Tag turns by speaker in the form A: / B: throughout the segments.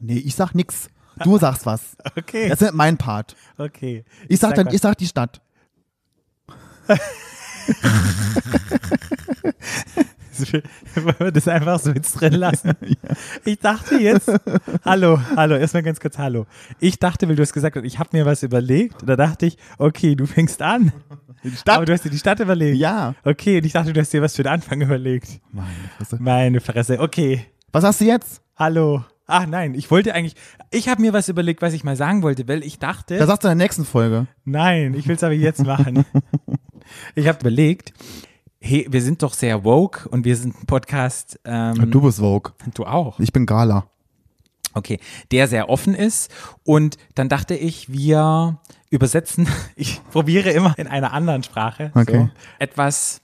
A: Nee, ich sag nix. Du sagst was.
B: Okay,
A: Das ist mein Part.
B: okay.
A: Ich sag dann,
B: mal-
A: ich sag die Stadt.
B: Wollen wir das einfach so jetzt drin lassen? Ich dachte jetzt, hallo, hallo, erstmal ganz kurz hallo. Ich dachte, weil du es gesagt hast, ich habe mir was überlegt, da dachte ich, okay, du fängst an.
A: Die
B: Aber du hast dir die Stadt überlegt.
A: Ja.
B: Okay, und ich dachte, du hast dir was für den Anfang überlegt.
A: Meine Fresse.
B: Meine Fresse, okay,
A: Was hast du jetzt?
B: hallo. Ach nein, ich wollte eigentlich, ich habe mir was überlegt, was ich mal sagen wollte, weil ich dachte,
A: Das sagst du in der nächsten Folge.
B: nein, ich will es aber jetzt machen. ich habe überlegt, hey, wir sind doch sehr woke und wir sind ein Podcast, ähm,
A: Du bist Vogue.
B: du auch.
A: Ich bin Gala.
B: Okay, der sehr offen ist. Und dann dachte ich, wir übersetzen, ich probiere immer in einer anderen Sprache
A: Okay.
B: so, etwas,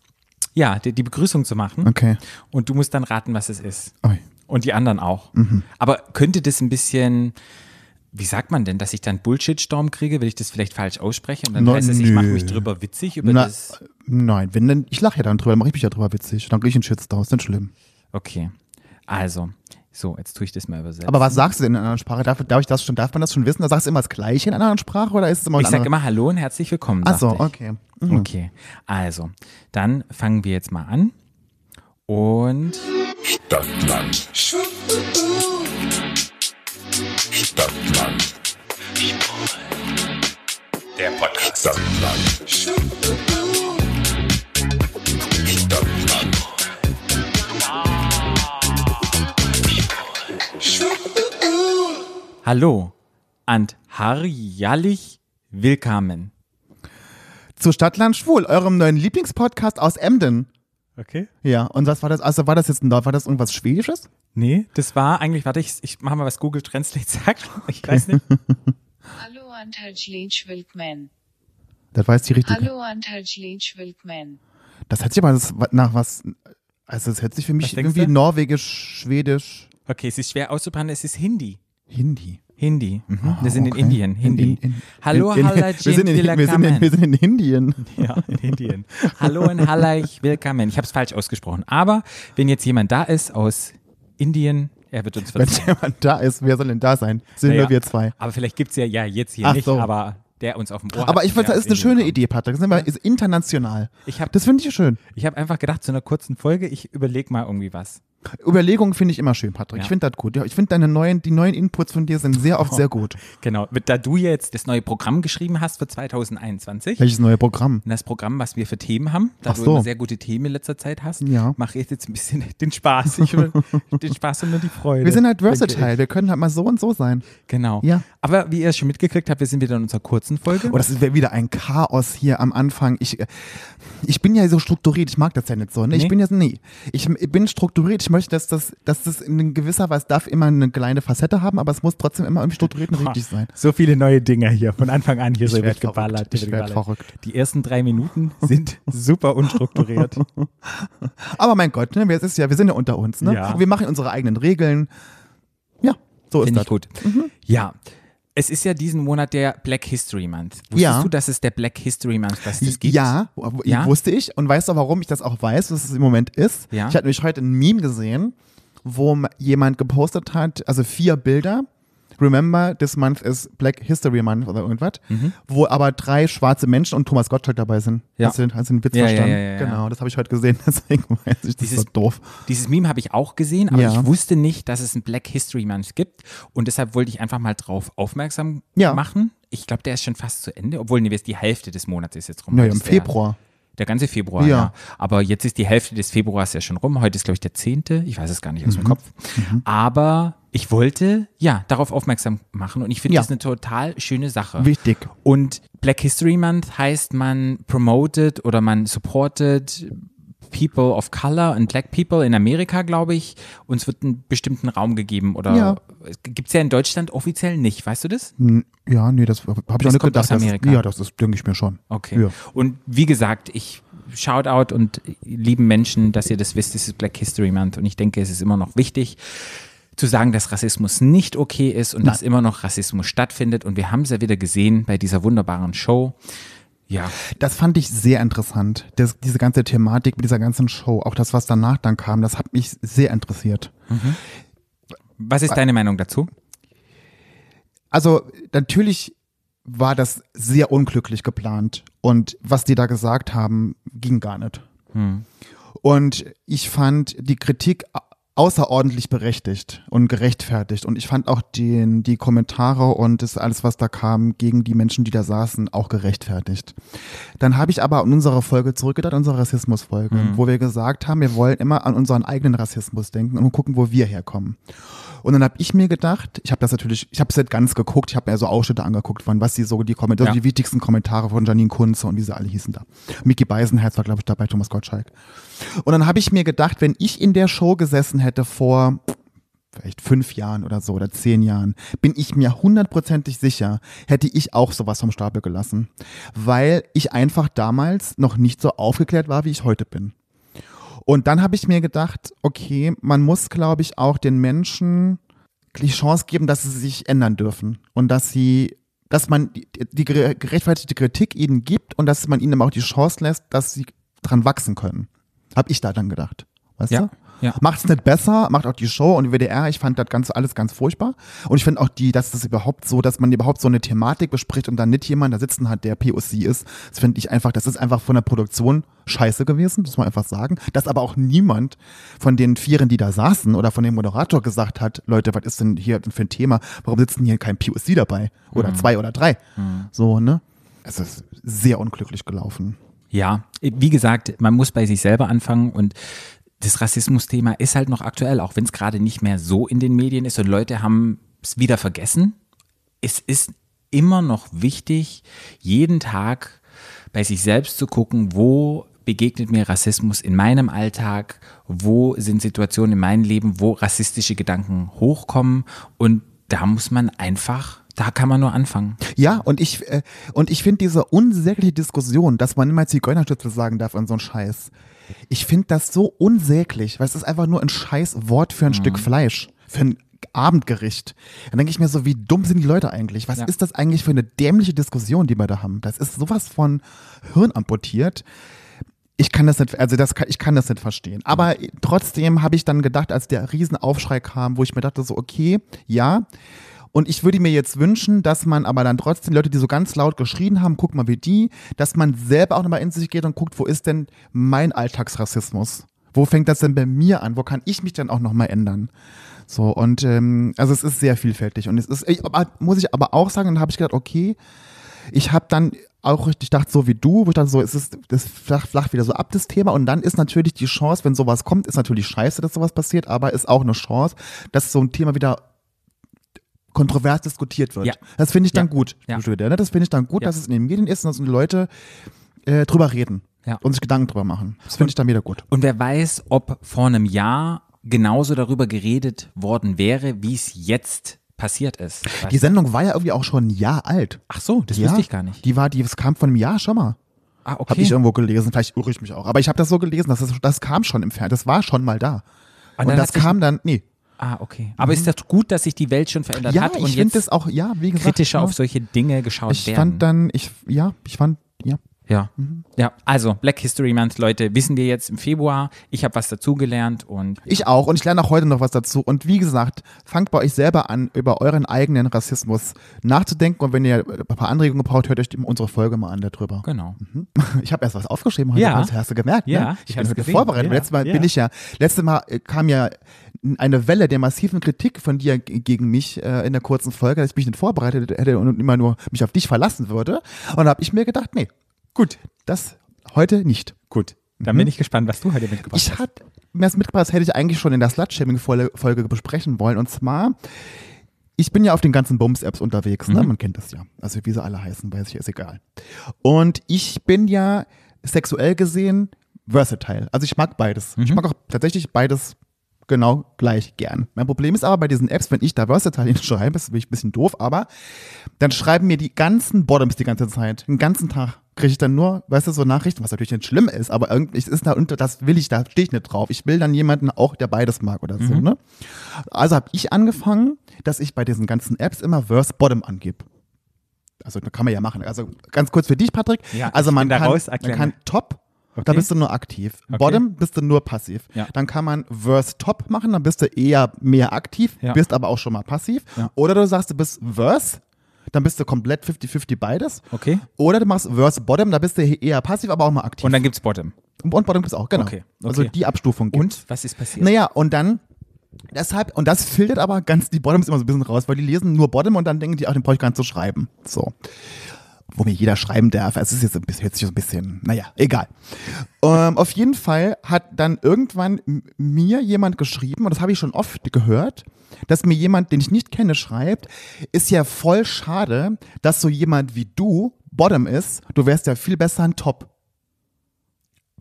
B: ja, die, die Begrüßung zu machen.
A: Okay.
B: Und du musst dann raten, was es ist.
A: Ui.
B: Und die anderen auch.
A: Mhm.
B: Aber könnte das ein bisschen, wie sagt man denn, dass ich dann Bullshit-Storm kriege, wenn ich das vielleicht falsch ausspreche? Und dann
A: Na,
B: heißt es, ich mache
A: nö.
B: mich drüber witzig über
A: Na,
B: das.
A: nein, wenn denn, ich lache ja dann drüber, dann mache ich mich ja drüber witzig. Dann kriege ich einen Shitstorm, ist nicht schlimm.
B: Okay, also, so, jetzt tue ich das mal übersetzen.
A: Aber was sagst du denn in einer anderen Sprache? Darf, darf ich das schon, darf man das schon wissen? Da sagst du immer das Gleiche in einer anderen Sprache oder ist es immer
B: ich
A: sage
B: sage immer Hallo und herzlich willkommen.
A: Ach so,
B: sagte ich.
A: okay.
B: Okay, also, dann fangen wir jetzt mal an. Und
C: Stadtland. Stadtland. Der Podcast. Stadtland. Stadtland.
B: hallo und harjalich willkommen.
A: Zu Stadtland Schwul, eurem neuen Lieblingspodcast aus Emden.
B: Okay.
A: Ja, und was war das? Also war das jetzt ein, war das irgendwas Schwedisches?
B: Nee, das war eigentlich, warte, ich, ich mache mal, was Google Translate sagt. Ich weiß nicht.
D: Hallo an Tajlitsch Wildman.
A: Das war jetzt die richtige.
D: Hallo an Tajlitsch Wildman.
A: Das hört sich aber das, nach was. Also das hört sich für
B: Was
A: mich
B: denkst
A: irgendwie
B: du?
A: norwegisch, schwedisch,
B: Okay, es ist schwer auszubrennen, es ist Hindi.
A: Hindi.
B: Hindi. Mhm.
A: Ah,
B: Wir sind
A: okay.
B: in Indien. Hindi.
A: In- in- in-
B: hallo,
A: in- in-
B: Halajin,
A: wir sind in, wir, sind in, wir sind in Indien.
B: Ja, in Indien. Hallo und Halleich, willkommen. Ich habe es falsch ausgesprochen. Aber wenn jetzt jemand da ist aus Indien, er wird uns
A: Wenn
B: verzeihen.
A: jemand da ist, wer soll denn da sein? Sind
B: Naja,
A: nur wir zwei.
B: Aber vielleicht gibt es ja, ja jetzt hier
A: Ach
B: nicht,
A: so.
B: aber der uns auf dem Ohr hat
A: Aber ich
B: und
A: finde,
B: der
A: das
B: aus
A: ist eine
B: Indien
A: schöne
B: kommt.
A: Idee, Patrick. Sind wir, ist international.
B: Ich habe
A: Das finde ich schön.
B: ich hab einfach gedacht, zu einer kurzen Folge, ich überlege mal irgendwie was.
A: Überlegungen finde ich immer schön, Patrick. Ich
B: Ja.
A: finde das gut. Ja, Ich finde deine neuen, die neuen Inputs von dir sind sehr oft sehr gut.
B: Genau, da du jetzt das neue Programm geschrieben hast für 2021,
A: Welches neue Programm?
B: das Programm, was wir für Themen haben, da
A: Ach
B: du
A: so.
B: immer sehr gute Themen in letzter Zeit hast,
A: Ja.
B: mache ich jetzt ein bisschen den Spaß. Ich will den Spaß und nur die Freude.
A: Wir sind halt
B: denke ich.
A: versatile. Wir können halt mal so und so sein.
B: Genau.
A: Ja.
B: Aber wie ihr es schon mitgekriegt habt, wir sind wieder in unserer kurzen Folge.
A: Oh, das wäre wieder ein Chaos hier am Anfang. Ich, äh, ich bin ja so strukturiert, ich mag das ja nicht so. Ne?
B: Nee.
A: Ich bin jetzt nie. Ich m- bin strukturiert, ich möchte, dass das, dass das in gewisser Weise darf immer eine kleine Facette haben, aber es muss trotzdem immer irgendwie strukturiert und
B: Ha,
A: richtig sein.
B: So viele neue Dinger hier. Von Anfang an hier so
A: werd
B: wird geballert.
A: verrückt. Ich
B: wird
A: werd
B: geballert.
A: verrückt.
B: Die ersten drei Minuten sind super unstrukturiert.
A: Aber mein Gott, ne? wir, es ist ja, wir sind ja unter uns. Ne?
B: Ja.
A: Wir machen unsere eigenen Regeln. Ja, so ist
B: Finde
A: das. Mhm.
B: ich gut. Ja. Es ist ja diesen Monat der Black History Month. Wusstest
A: Ja.
B: du, dass es der Black History Month dass das gibt?
A: Ja, w-
B: Ja?
A: wusste ich. Und weißt du, warum ich das auch weiß, was es im Moment ist?
B: Ja.
A: Ich hatte nämlich heute ein Meme gesehen, wo m- jemand gepostet hat, also vier Bilder. Remember, this month is Black History Month oder irgendwas, wo aber drei schwarze Menschen und Thomas Gottschalk dabei sind.
B: Mhm. Ja.
A: Hast, du, den- hast du den Witz
B: Ja, ja,
A: verstanden?
B: ja, ja, ja.
A: Genau, das habe ich heute gesehen, deswegen weiß ich, das
B: Dieses-
A: ist so doof.
B: Dieses Meme habe ich auch gesehen, aber
A: Ja.
B: ich wusste nicht, dass es einen Black History Month gibt. Und deshalb wollte ich einfach mal drauf aufmerksam
A: Ja.
B: machen. Ich glaube, der ist schon fast zu Ende, obwohl nee, die Hälfte des Monats ist jetzt rum.
A: Naja,
B: Das
A: im
B: ist der-
A: Februar.
B: Der ganze Februar, ja.
A: Ja.
B: Aber jetzt ist die Hälfte des Februars ja schon rum. Heute ist, glaube ich, der 10. Ich weiß es gar nicht aus dem
A: Mhm.
B: Kopf. Aber ich wollte, ja, darauf aufmerksam machen. Und ich finde
A: Ja.
B: das eine total schöne Sache.
A: Wichtig.
B: Und Black History Month heißt, man promoted oder man supported People of Color and Black People in Amerika, glaube ich. Uns wird einen bestimmten Raum gegeben. Oder
A: Ja.
B: gibt es ja in Deutschland offiziell nicht. Weißt du das?
A: N- Ja, nee, das habe ich auch
B: Das
A: nicht
B: kommt
A: gedacht.
B: aus
A: dass-
B: Amerika.
A: Ja, das ist, denke ich mir schon.
B: Okay.
A: Ja.
B: Und wie gesagt, ich Shoutout und äh, lieben Menschen, dass ihr das wisst, es ist Black History Month und ich denke, es ist immer noch wichtig zu sagen, dass Rassismus nicht okay ist und dass immer noch Rassismus stattfindet und wir haben es ja wieder gesehen bei dieser wunderbaren Show. Ja,
A: Das fand ich sehr interessant. Das, diese ganze Thematik mit dieser ganzen Show, auch das, was danach dann kam, das hat mich sehr interessiert.
B: was ist deine Meinung dazu?
A: also natürlich war das sehr unglücklich geplant und was die da gesagt haben, ging gar nicht. Und ich fand die Kritik au- außerordentlich berechtigt und gerechtfertigt. Und ich fand auch den, die Kommentare und das alles, was da kam, gegen die Menschen, die da saßen, auch gerechtfertigt. Dann habe ich aber an unsere Folge zurückgedacht, unsere Rassismusfolge, wo wir gesagt haben, wir wollen immer an unseren eigenen Rassismus denken und gucken, wo wir herkommen. Und dann habe ich mir gedacht, ich habe das natürlich, ich habe es nicht ganz geguckt, ich habe mir so Ausschnitte angeguckt, von was die so die Kommentare,
B: Ja.
A: die wichtigsten Kommentare von Janine Kunze und wie sie alle hießen da. Mickey Beisenherz war, glaube ich, dabei, Thomas Gottschalk. Und dann habe ich mir gedacht, wenn ich in der Show gesessen hätte vor vielleicht fünf Jahren oder so oder zehn Jahren, bin ich mir hundertprozentig sicher, hätte ich auch sowas vom Stapel gelassen. Weil ich einfach damals noch nicht so aufgeklärt war, wie ich heute bin. Und dann habe ich mir gedacht, okay, man muss, glaube ich, auch den Menschen die Chance geben, dass sie sich ändern dürfen und dass sie, dass man die, die gere- gerechtfertigte Kritik ihnen gibt und dass man ihnen aber auch die Chance lässt, dass sie dran wachsen können. Hab ich da dann gedacht. Weißt
B: Ja,
A: du?
B: ja.
A: Macht's nicht besser, macht auch die Show und die WDR. Ich fand das Ganze alles ganz furchtbar. Und ich finde auch die, dass das überhaupt so, dass man überhaupt so eine Thematik bespricht und dann nicht jemand da sitzen hat, der POC ist. Das finde ich einfach, das ist einfach von der Produktion scheiße gewesen, muss man einfach sagen. Dass aber auch niemand von den Vieren, die da saßen oder von dem Moderator gesagt hat, Leute, was ist denn hier für ein Thema? Warum sitzen hier kein POC dabei? Oder zwei oder drei? So, ne? Es ist sehr unglücklich gelaufen.
B: Ja, wie gesagt, man muss bei sich selber anfangen und das Rassismusthema ist halt noch aktuell, auch wenn es gerade nicht mehr so in den Medien ist und Leute haben es wieder vergessen. Es ist immer noch wichtig, jeden Tag bei sich selbst zu gucken, wo begegnet mir Rassismus in meinem Alltag, wo sind Situationen in meinem Leben, wo rassistische Gedanken hochkommen und da muss man einfach, da kann man nur anfangen.
A: Ja, und ich, äh, und ich finde diese unsägliche Diskussion, dass man immer Zigeunerschnitzel sagen darf an so einen Scheiß. Ich finde das so unsäglich, weil es ist einfach nur ein scheiß Wort für ein Stück Fleisch, für ein Abendgericht. Dann denke ich mir so, wie dumm sind die Leute eigentlich? Was
B: Ja.
A: ist das eigentlich für eine dämliche Diskussion, die wir da haben? Das ist sowas von Hirn amputiert. Ich kann das nicht, also das kann, ich kann das nicht verstehen. Aber trotzdem habe ich dann gedacht, als der Riesenaufschrei kam, wo ich mir dachte so, okay, ja. Und ich würde mir jetzt wünschen, dass man aber dann trotzdem Leute, die so ganz laut geschrien haben, guck mal wie die, dass man selber auch nochmal in sich geht und guckt, wo ist denn mein Alltagsrassismus? Wo fängt das denn bei mir an? Wo kann ich mich dann auch nochmal ändern? So, und ähm, also es ist sehr vielfältig. Und es ist, ich, aber, muss ich aber auch sagen, dann habe ich gedacht, okay, ich habe dann auch richtig gedacht, so wie du, wo ich dann so, es ist das flach, flach wieder so ab, das Thema. Und dann ist natürlich die Chance, wenn sowas kommt, ist natürlich scheiße, dass sowas passiert, aber ist auch eine Chance, dass so ein Thema wieder kontrovers diskutiert wird.
B: Ja.
A: Das finde ich dann
B: Ja.
A: gut,
B: Ja.
A: du wieder, ne? Das finde ich dann gut,
B: Ja.
A: dass es in den Medien ist und dass die Leute äh, drüber reden
B: Ja.
A: und sich Gedanken drüber machen. Das finde ich dann wieder gut.
B: Und wer weiß, ob vor einem Jahr genauso darüber geredet worden wäre, wie es jetzt passiert ist. Weißt
A: Die
B: du?
A: Sendung war ja irgendwie auch schon ein Jahr alt.
B: Ach so, das
A: ja?
B: wusste ich gar nicht.
A: Die war, die, es kam von einem Jahr schon mal.
B: Ah, okay.
A: Habe ich irgendwo gelesen, vielleicht irre ich mich auch. Aber ich habe das so gelesen, dass das, das kam schon im Fernsehen, das war schon mal da.
B: Und
A: Und,
B: Ah, dann
A: das
B: hat sich-
A: kam dann, nee.
B: ah, okay. Aber ist das gut, dass sich die Welt schon verändert
A: Mhm. Ja,
B: hat und
A: ich finde
B: jetzt
A: das auch, ja, wie gesagt.
B: kritischer
A: ja,
B: auf solche Dinge geschaut
A: Ich
B: werden?
A: fand Mhm. dann, ich, ja, ich fand, ja.
B: ja. ja, also Black History Month, Leute, wissen wir jetzt im Februar. Ich habe was dazugelernt und
A: Ich auch und ich lerne auch heute noch was dazu. Und wie gesagt, fangt bei euch selber an, über euren eigenen Rassismus nachzudenken. Und wenn ihr ein paar Anregungen braucht, hört euch die- unsere Folge mal an darüber.
B: genau.
A: Mhm. Ich habe erst was aufgeschrieben heute,
B: Ja.
A: das hast du gemerkt.
B: Ja,
A: ne?
B: ich
A: ich
B: hab's
A: bin heute
B: gesehen.
A: vorbereitet.
B: Ja,
A: Letztes Mal
B: ja.
A: bin ich ja, letztes Mal äh, kam ja eine Welle der massiven Kritik von dir g- gegen mich äh, in der kurzen Folge, dass ich mich nicht vorbereitet hätte und immer nur mich auf dich verlassen würde. Und da habe ich mir gedacht, nee, gut, das heute nicht.
B: Gut, dann bin ich gespannt, was du heute mitgebracht
A: Ich hatte mir das mitgebracht, das hätte ich eigentlich schon in der Slutshaming-Folge besprechen wollen. Und zwar, ich bin ja auf den ganzen Bums-Apps unterwegs, ne? Man kennt das ja. Also wie sie alle heißen, weiß ich, ist egal. Und ich bin ja sexuell gesehen versatile. Also ich mag beides. Ich mag auch tatsächlich beides genau gleich gern. Mein Problem ist aber bei diesen Apps, wenn ich da versatile hinschreibe, das ist wirklich ein bisschen doof, aber dann schreiben mir die ganzen Bottoms die ganze Zeit, den ganzen Tag kriege ich dann nur, weißt du, so Nachrichten, was natürlich nicht schlimm ist, aber irgendwie es ist da unter, das will ich, da stehe ich nicht drauf. Ich will dann jemanden auch, der beides mag oder
B: Mhm.
A: so, ne? Also habe ich angefangen, dass ich bei diesen ganzen Apps immer Verse Bottom angebe. Also das kann man ja machen. Also ganz kurz für dich, Patrick.
B: Ja, ich
A: also man
B: bin da
A: kann,
B: raus,
A: man
B: erklär
A: kann
B: mir.
A: Top Da bist du nur aktiv. Bottom bist du nur passiv.
B: Ja.
A: Dann kann man Verse Top machen, dann bist du eher mehr aktiv,
B: Ja.
A: bist aber auch schon mal passiv.
B: Ja.
A: Oder du sagst, du bist Verse, dann bist du komplett 50-50 beides.
B: Okay.
A: Oder du machst Verse Bottom, da bist du eher passiv, aber auch mal aktiv.
B: Und dann gibt's Bottom.
A: Und, Bottom gibt's auch, genau.
B: Okay, okay.
A: Also die Abstufung gibt's.
B: Und was ist passiert?
A: Naja, und dann, deshalb, und das filtert aber ganz die Bottoms immer so ein bisschen raus, weil die lesen nur Bottom und dann denken die, ach, den brauche ich gar nicht zu schreiben. So. Wo mir jeder schreiben darf. Es ist jetzt ein bisschen, hört sich so ein bisschen, naja, egal. Ähm, auf jeden Fall hat dann irgendwann m- mir jemand geschrieben, und das habe ich schon oft gehört, dass mir jemand, den ich nicht kenne, schreibt, ist ja voll schade, dass so jemand wie du Bottom ist, du wärst ja viel besser ein Top.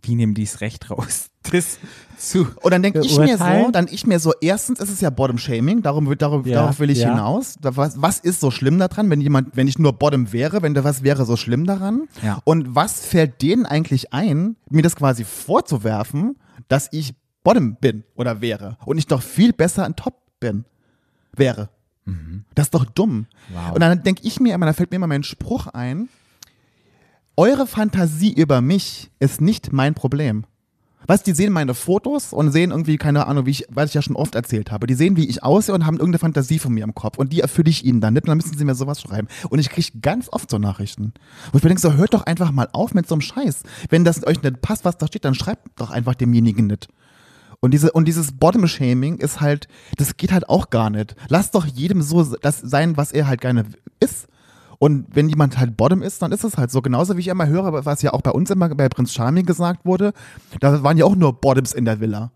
B: Wie nehmen die es recht raus? Das zu.
A: Und dann denke ich mir so,
B: beurteilen?
A: dann ich mir so, erstens ist es ja Bottom Shaming, darum, wird- darum,
B: Ja,
A: darauf will ich
B: ja.
A: hinaus. Da, was, was ist so schlimm daran, wenn jemand, wenn ich nur Bottom wäre, wenn da was wäre so schlimm daran?
B: Ja.
A: Und was fällt denen eigentlich ein, mir das quasi vorzuwerfen, dass ich Bottom bin oder wäre und ich doch viel besser ein Top bin, wäre? Das ist doch dumm.
B: Wow.
A: Und dann denke ich mir immer, da fällt mir immer mein Spruch ein, eure Fantasie über mich ist nicht mein Problem. Was, die sehen meine Fotos und sehen irgendwie, keine Ahnung, wie ich, was ich ja schon oft erzählt habe. Die sehen, wie ich aussehe und haben irgendeine Fantasie von mir im Kopf. Und die erfülle ich ihnen dann nicht. Und dann müssen sie mir sowas schreiben. Und ich kriege ganz oft so Nachrichten. Wo ich mir denke, so, hört doch einfach mal auf mit so einem Scheiß. Wenn das euch nicht passt, was da steht, dann schreibt doch einfach demjenigen nicht. Und, diese, und dieses Bottom-Shaming ist halt, das geht halt auch gar nicht. Lasst doch jedem so das sein, was er halt gerne ist. Und wenn jemand halt Bottom ist, dann ist es halt so. Genauso wie ich immer höre, was ja auch bei uns immer bei Prinz Charming gesagt wurde, da waren ja auch nur Bottoms in der Villa.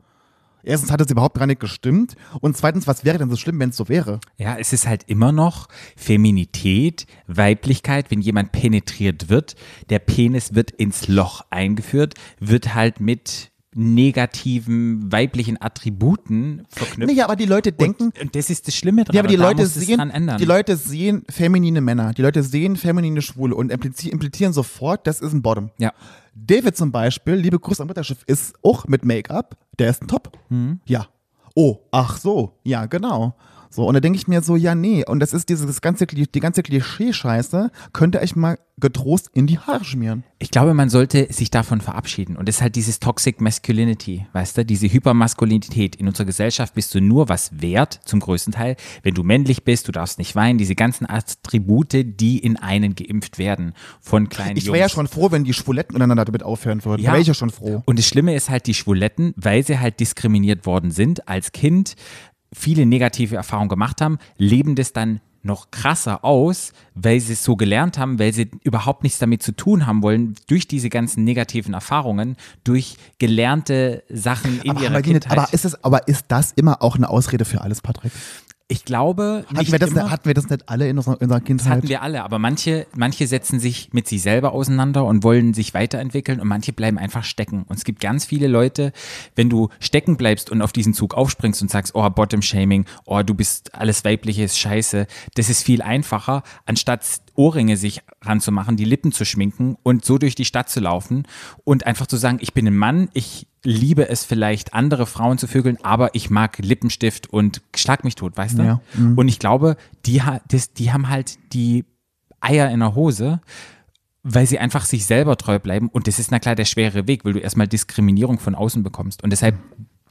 A: Erstens hat es überhaupt gar nicht gestimmt. Und zweitens, was wäre denn so schlimm, wenn es so wäre?
B: Ja, es ist halt immer noch Feminität, Weiblichkeit, wenn jemand penetriert wird, der Penis wird ins Loch eingeführt, wird halt mit negativen weiblichen Attributen verknüpft.
A: Nee, aber die Leute denken,
B: Und das ist das Schlimme dran.
A: Ja, aber die
B: und da
A: Leute,
B: muss es
A: sehen,
B: dran ändern.
A: die Leute sehen feminine Männer, die Leute sehen feminine Schwule und implizi- implizieren sofort, das ist ein Bottom.
B: Ja.
A: David zum Beispiel, liebe Grüße am Mutterschiff, ist auch mit Make-up, der ist ein Top.
B: Hm.
A: Ja. Oh, ach so, ja, genau. So, und da denke ich mir so, ja, nee, und das ist dieses ganze, Kli- die ganze Klischee-Scheiße, könnte ich mal getrost in die Haare schmieren.
B: Ich glaube, man sollte sich davon verabschieden. Und das ist halt dieses Toxic Masculinity, weißt du, diese Hypermaskulinität. In unserer Gesellschaft bist du nur was wert, zum größten Teil, wenn du männlich bist, du darfst nicht weinen, diese ganzen Attribute, die in einen geimpft werden von kleinen
A: Ich
B: Jungs.
A: wäre ja schon froh, wenn die Schwuletten untereinander damit aufhören würden.
B: Ja.
A: Ja. Wäre ich ja schon froh.
B: Und das Schlimme ist halt die Schwuletten, weil sie halt diskriminiert worden sind als Kind, viele negative Erfahrungen gemacht haben, leben das dann noch krasser aus, weil sie es so gelernt haben, weil sie überhaupt nichts damit zu tun haben wollen, durch diese ganzen negativen Erfahrungen, durch gelernte Sachen in
A: Aber,
B: ihrer
A: haben wir die nicht,
B: Kindheit.
A: aber, ist es, aber ist das immer auch eine Ausrede für alles, Patrick?
B: ich glaube,
A: Hatten
B: nicht
A: wir, das,
B: immer.
A: nicht- hatten wir das nicht alle in unserer, in unserer
B: Das
A: Kindheit?
B: hatten wir alle, aber manche, manche setzen sich mit sich selber auseinander und wollen sich weiterentwickeln und manche bleiben einfach stecken. Und es gibt ganz viele Leute, wenn du stecken bleibst und auf diesen Zug aufspringst und sagst, oh, Bottom-Shaming, oh, du bist alles Weibliche ist scheiße, das ist viel einfacher, anstatt Ohrringe sich ranzumachen, die Lippen zu schminken und so durch die Stadt zu laufen und einfach zu sagen, ich bin ein Mann, ich liebe es vielleicht, andere Frauen zu vögeln, aber ich mag Lippenstift und schlag mich tot, weißt du?
A: Ja.
B: Und ich glaube, die, ha- das, die haben halt die Eier in der Hose, weil sie einfach sich selber treu bleiben. Und das ist na klar der schwere Weg, weil du erstmal Diskriminierung von außen bekommst. Und deshalb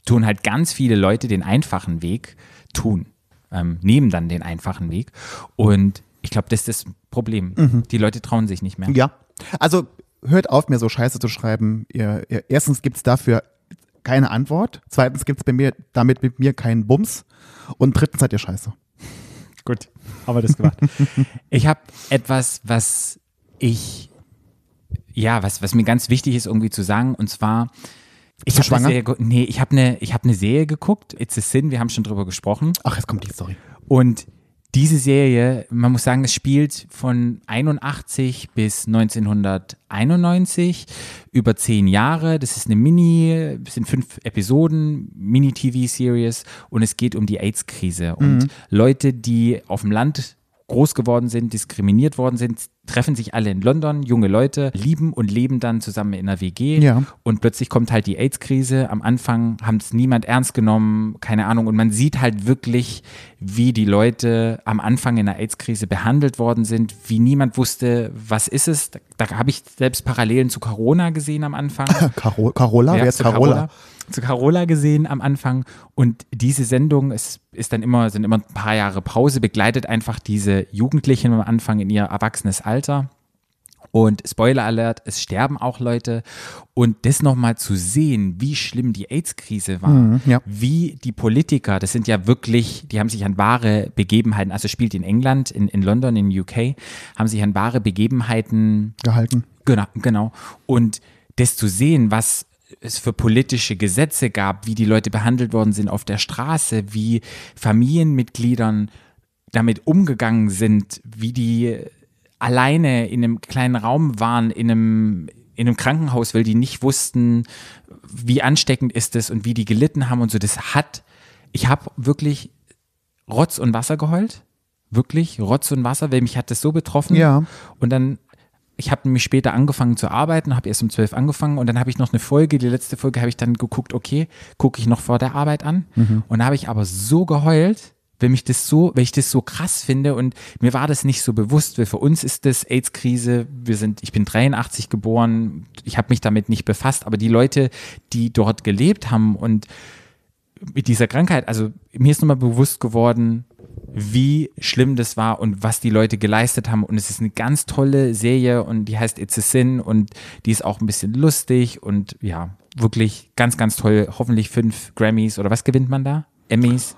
B: tun halt ganz viele Leute den einfachen Weg tun, ähm, nehmen dann den einfachen Weg. Und ich glaube, das ist das Problem. Die Leute trauen sich nicht mehr.
A: Ja. Also hört auf, mir so Scheiße zu schreiben. Ihr, ihr, erstens gibt's dafür keine Antwort. Zweitens gibt's bei mir damit mit mir keinen Bums. Und drittens seid ihr Scheiße.
B: Gut, haben wir das gemacht. ich habe etwas, was ich, ja, was, was mir ganz wichtig ist, irgendwie zu sagen, und zwar. Ich
A: du
B: hab eine
A: schwanger?
B: Serie, ge- nee, ich habe eine hab ne Serie geguckt, It's a Sin, wir haben schon drüber gesprochen.
A: Ach, jetzt kommt die Story.
B: Und diese Serie, man muss sagen, es spielt von 81 bis 1991 über zehn Jahre. Das ist eine Mini, es sind fünf Episoden, Mini-TV-Series und es geht um die AIDS-Krise und Leute, die auf dem Land groß geworden sind, diskriminiert worden sind, treffen sich alle in London, junge Leute, lieben und leben dann zusammen in einer WG.
A: Ja.
B: Und plötzlich kommt halt die AIDS-Krise. Am Anfang haben es niemand ernst genommen, keine Ahnung. Und man sieht halt wirklich, wie die Leute am Anfang in der AIDS-Krise behandelt worden sind, wie niemand wusste, was ist es. Da, da habe ich selbst Parallelen zu Corona gesehen am Anfang.
A: Caro Carola?
B: Ja,
A: Wer ist
B: zu
A: Carola?
B: Zu Carola gesehen am Anfang. Und diese Sendung ist, ist dann immer, sind immer ein paar Jahre Pause, begleitet einfach diese Jugendlichen am Anfang in ihr erwachsenes Alter. Und Spoiler Alert, es sterben auch Leute. Und das nochmal zu sehen, wie schlimm die AIDS-Krise war,
A: Mhm, ja.
B: wie die Politiker, das sind ja wirklich, die haben sich an wahre Begebenheiten, also spielt in England, in, in London, in UK, haben sich an wahre Begebenheiten
A: Gehalten.
B: Genau, genau. Und das zu sehen, was es für politische Gesetze gab, wie die Leute behandelt worden sind auf der Straße, wie Familienmitgliedern damit umgegangen sind, wie die alleine in einem kleinen Raum waren, in einem, in einem Krankenhaus, weil die nicht wussten, wie ansteckend ist es und wie die gelitten haben und so. Das hat, ich habe wirklich Rotz und Wasser geheult. Wirklich Rotz und Wasser, weil mich hat das so betroffen.
A: Ja.
B: Und dann, ich habe nämlich später angefangen zu arbeiten, habe erst um 12 angefangen und dann habe ich noch eine Folge, die letzte Folge habe ich dann geguckt, okay, gucke ich noch vor der Arbeit an. Und da habe ich aber so geheult, weil mich das so, weil ich das so krass finde und mir war das nicht so bewusst, weil für uns ist das AIDS-Krise, wir sind, ich bin 83 geboren, ich habe mich damit nicht befasst, aber die Leute, die dort gelebt haben und mit dieser Krankheit, also mir ist nochmal bewusst geworden, wie schlimm das war und was die Leute geleistet haben. Und es ist eine ganz tolle Serie und die heißt It's a Sin und die ist auch ein bisschen lustig und ja, wirklich ganz, ganz toll. Hoffentlich fünf Grammys oder was gewinnt man da? Emmys?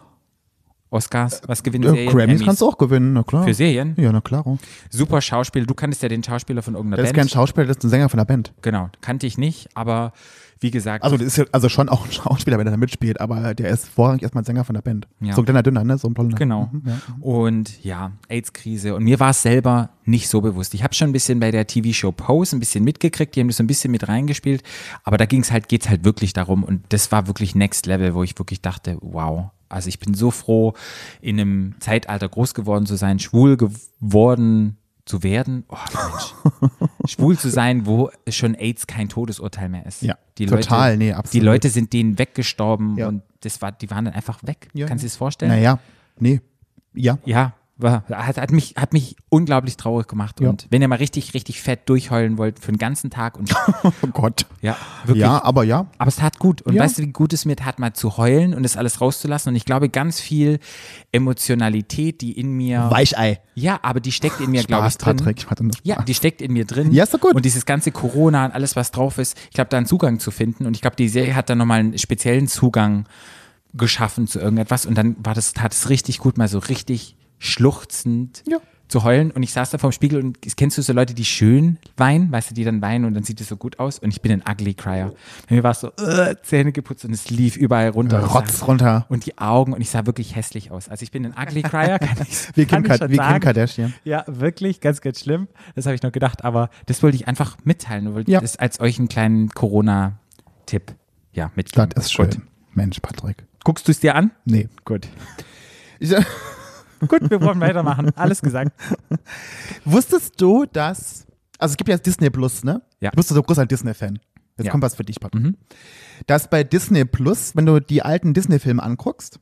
B: Oscars? Was gewinnt
A: Äh,
B: Serien?
A: Grammys kannst du auch gewinnen, na klar.
B: Für Serien?
A: Ja, na klar.
B: Super Schauspiel. Du kanntest ja den Schauspieler von irgendeiner
A: Das ist kein
B: Band.
A: Schauspieler, das ist ein Sänger von der Band.
B: genau, kannte ich nicht, aber wie gesagt,
A: Also, das ist ja also schon auch ein Schauspieler, wenn er da mitspielt, aber der ist vorrangig erstmal ein Sänger von der Band.
B: Ja.
A: So ein kleiner Dünner, ne? So ein blonder.
B: Genau.
A: Mhm, ja.
B: Und ja, AIDS-Krise. Und mir war es selber nicht so bewusst. Ich habe schon ein bisschen bei der TV-Show Pose ein bisschen mitgekriegt. Die haben das so ein bisschen mit reingespielt. Aber da ging's halt, geht's halt wirklich darum. Und das war wirklich Next Level, wo ich wirklich dachte, wow. Also ich bin so froh, in einem Zeitalter groß geworden zu sein, schwul geworden zu werden. Oh, Mensch. schwul zu sein, wo schon AIDS kein Todesurteil mehr ist.
A: Ja, total,
B: Leute,
A: nee, absolut.
B: Die Leute sind denen weggestorben
A: Ja.
B: und das war, die waren dann einfach weg.
A: Ja,
B: Kannst du
A: ja.
B: dir das vorstellen?
A: Naja, nee. Ja.
B: ja, war, hat, hat, mich, hat mich unglaublich traurig gemacht.
A: Ja.
B: Und wenn ihr mal richtig, richtig fett durchheulen wollt für den ganzen Tag und
A: Oh Gott.
B: ja, wirklich.
A: Ja, aber ja.
B: Aber es tat gut. Und
A: Ja.
B: weißt du, wie gut es mir tat, mal zu heulen und das alles rauszulassen? Und ich glaube, ganz viel Emotionalität, die in mir.
A: Weichei.
B: ja, aber die steckt in mir, glaube ich,
A: Spaß,
B: drin.
A: Patrick. Ich hatte nur Spaß.
B: Ja, die steckt in mir drin.
A: Ja, ist doch gut.
B: Und dieses ganze Corona und alles, was drauf ist, ich glaube, da einen Zugang zu finden. Und ich glaube, die Serie hat da nochmal einen speziellen Zugang geschaffen zu irgendetwas. Und dann war das, tat es richtig gut, mal so richtig schluchzend
A: Ja.
B: zu heulen. Und ich saß da vorm Spiegel und kennst du so Leute, die schön weinen, weißt du, die dann weinen und dann sieht es so gut aus. Und ich bin ein Ugly Crier. Bei mir war es so, äh, Zähne geputzt und es lief überall runter.
A: Ja,
B: Und ich
A: Rotz
B: sah-
A: runter.
B: Und die Augen und ich sah wirklich hässlich aus. Also ich bin ein Ugly Crier, kann ich
A: Wie Kim,
B: kann ich
A: Ka
B: schon
A: wie Kim
B: sagen.
A: Kardashian.
B: Ja, wirklich, ganz, ganz schlimm. Das habe ich noch gedacht, aber das wollte ich einfach mitteilen. und wollte
A: Ja.
B: das als euch einen kleinen Corona-Tipp ja,
A: Das
B: mitgeben.
A: ist schön.
B: Gut.
A: Mensch, Patrick.
B: Guckst du es dir an?
A: Nee.
B: Gut.
A: Ich,
B: Gut, wir wollen weitermachen. Alles gesagt.
A: wusstest du, dass. Also, es gibt ja jetzt Disney Plus, ne?
B: Ja.
A: Du bist so großer Disney-Fan. Jetzt
B: Ja.
A: kommt was für dich, Patrick. Dass bei Disney Plus, wenn du die alten Disney-Filme anguckst,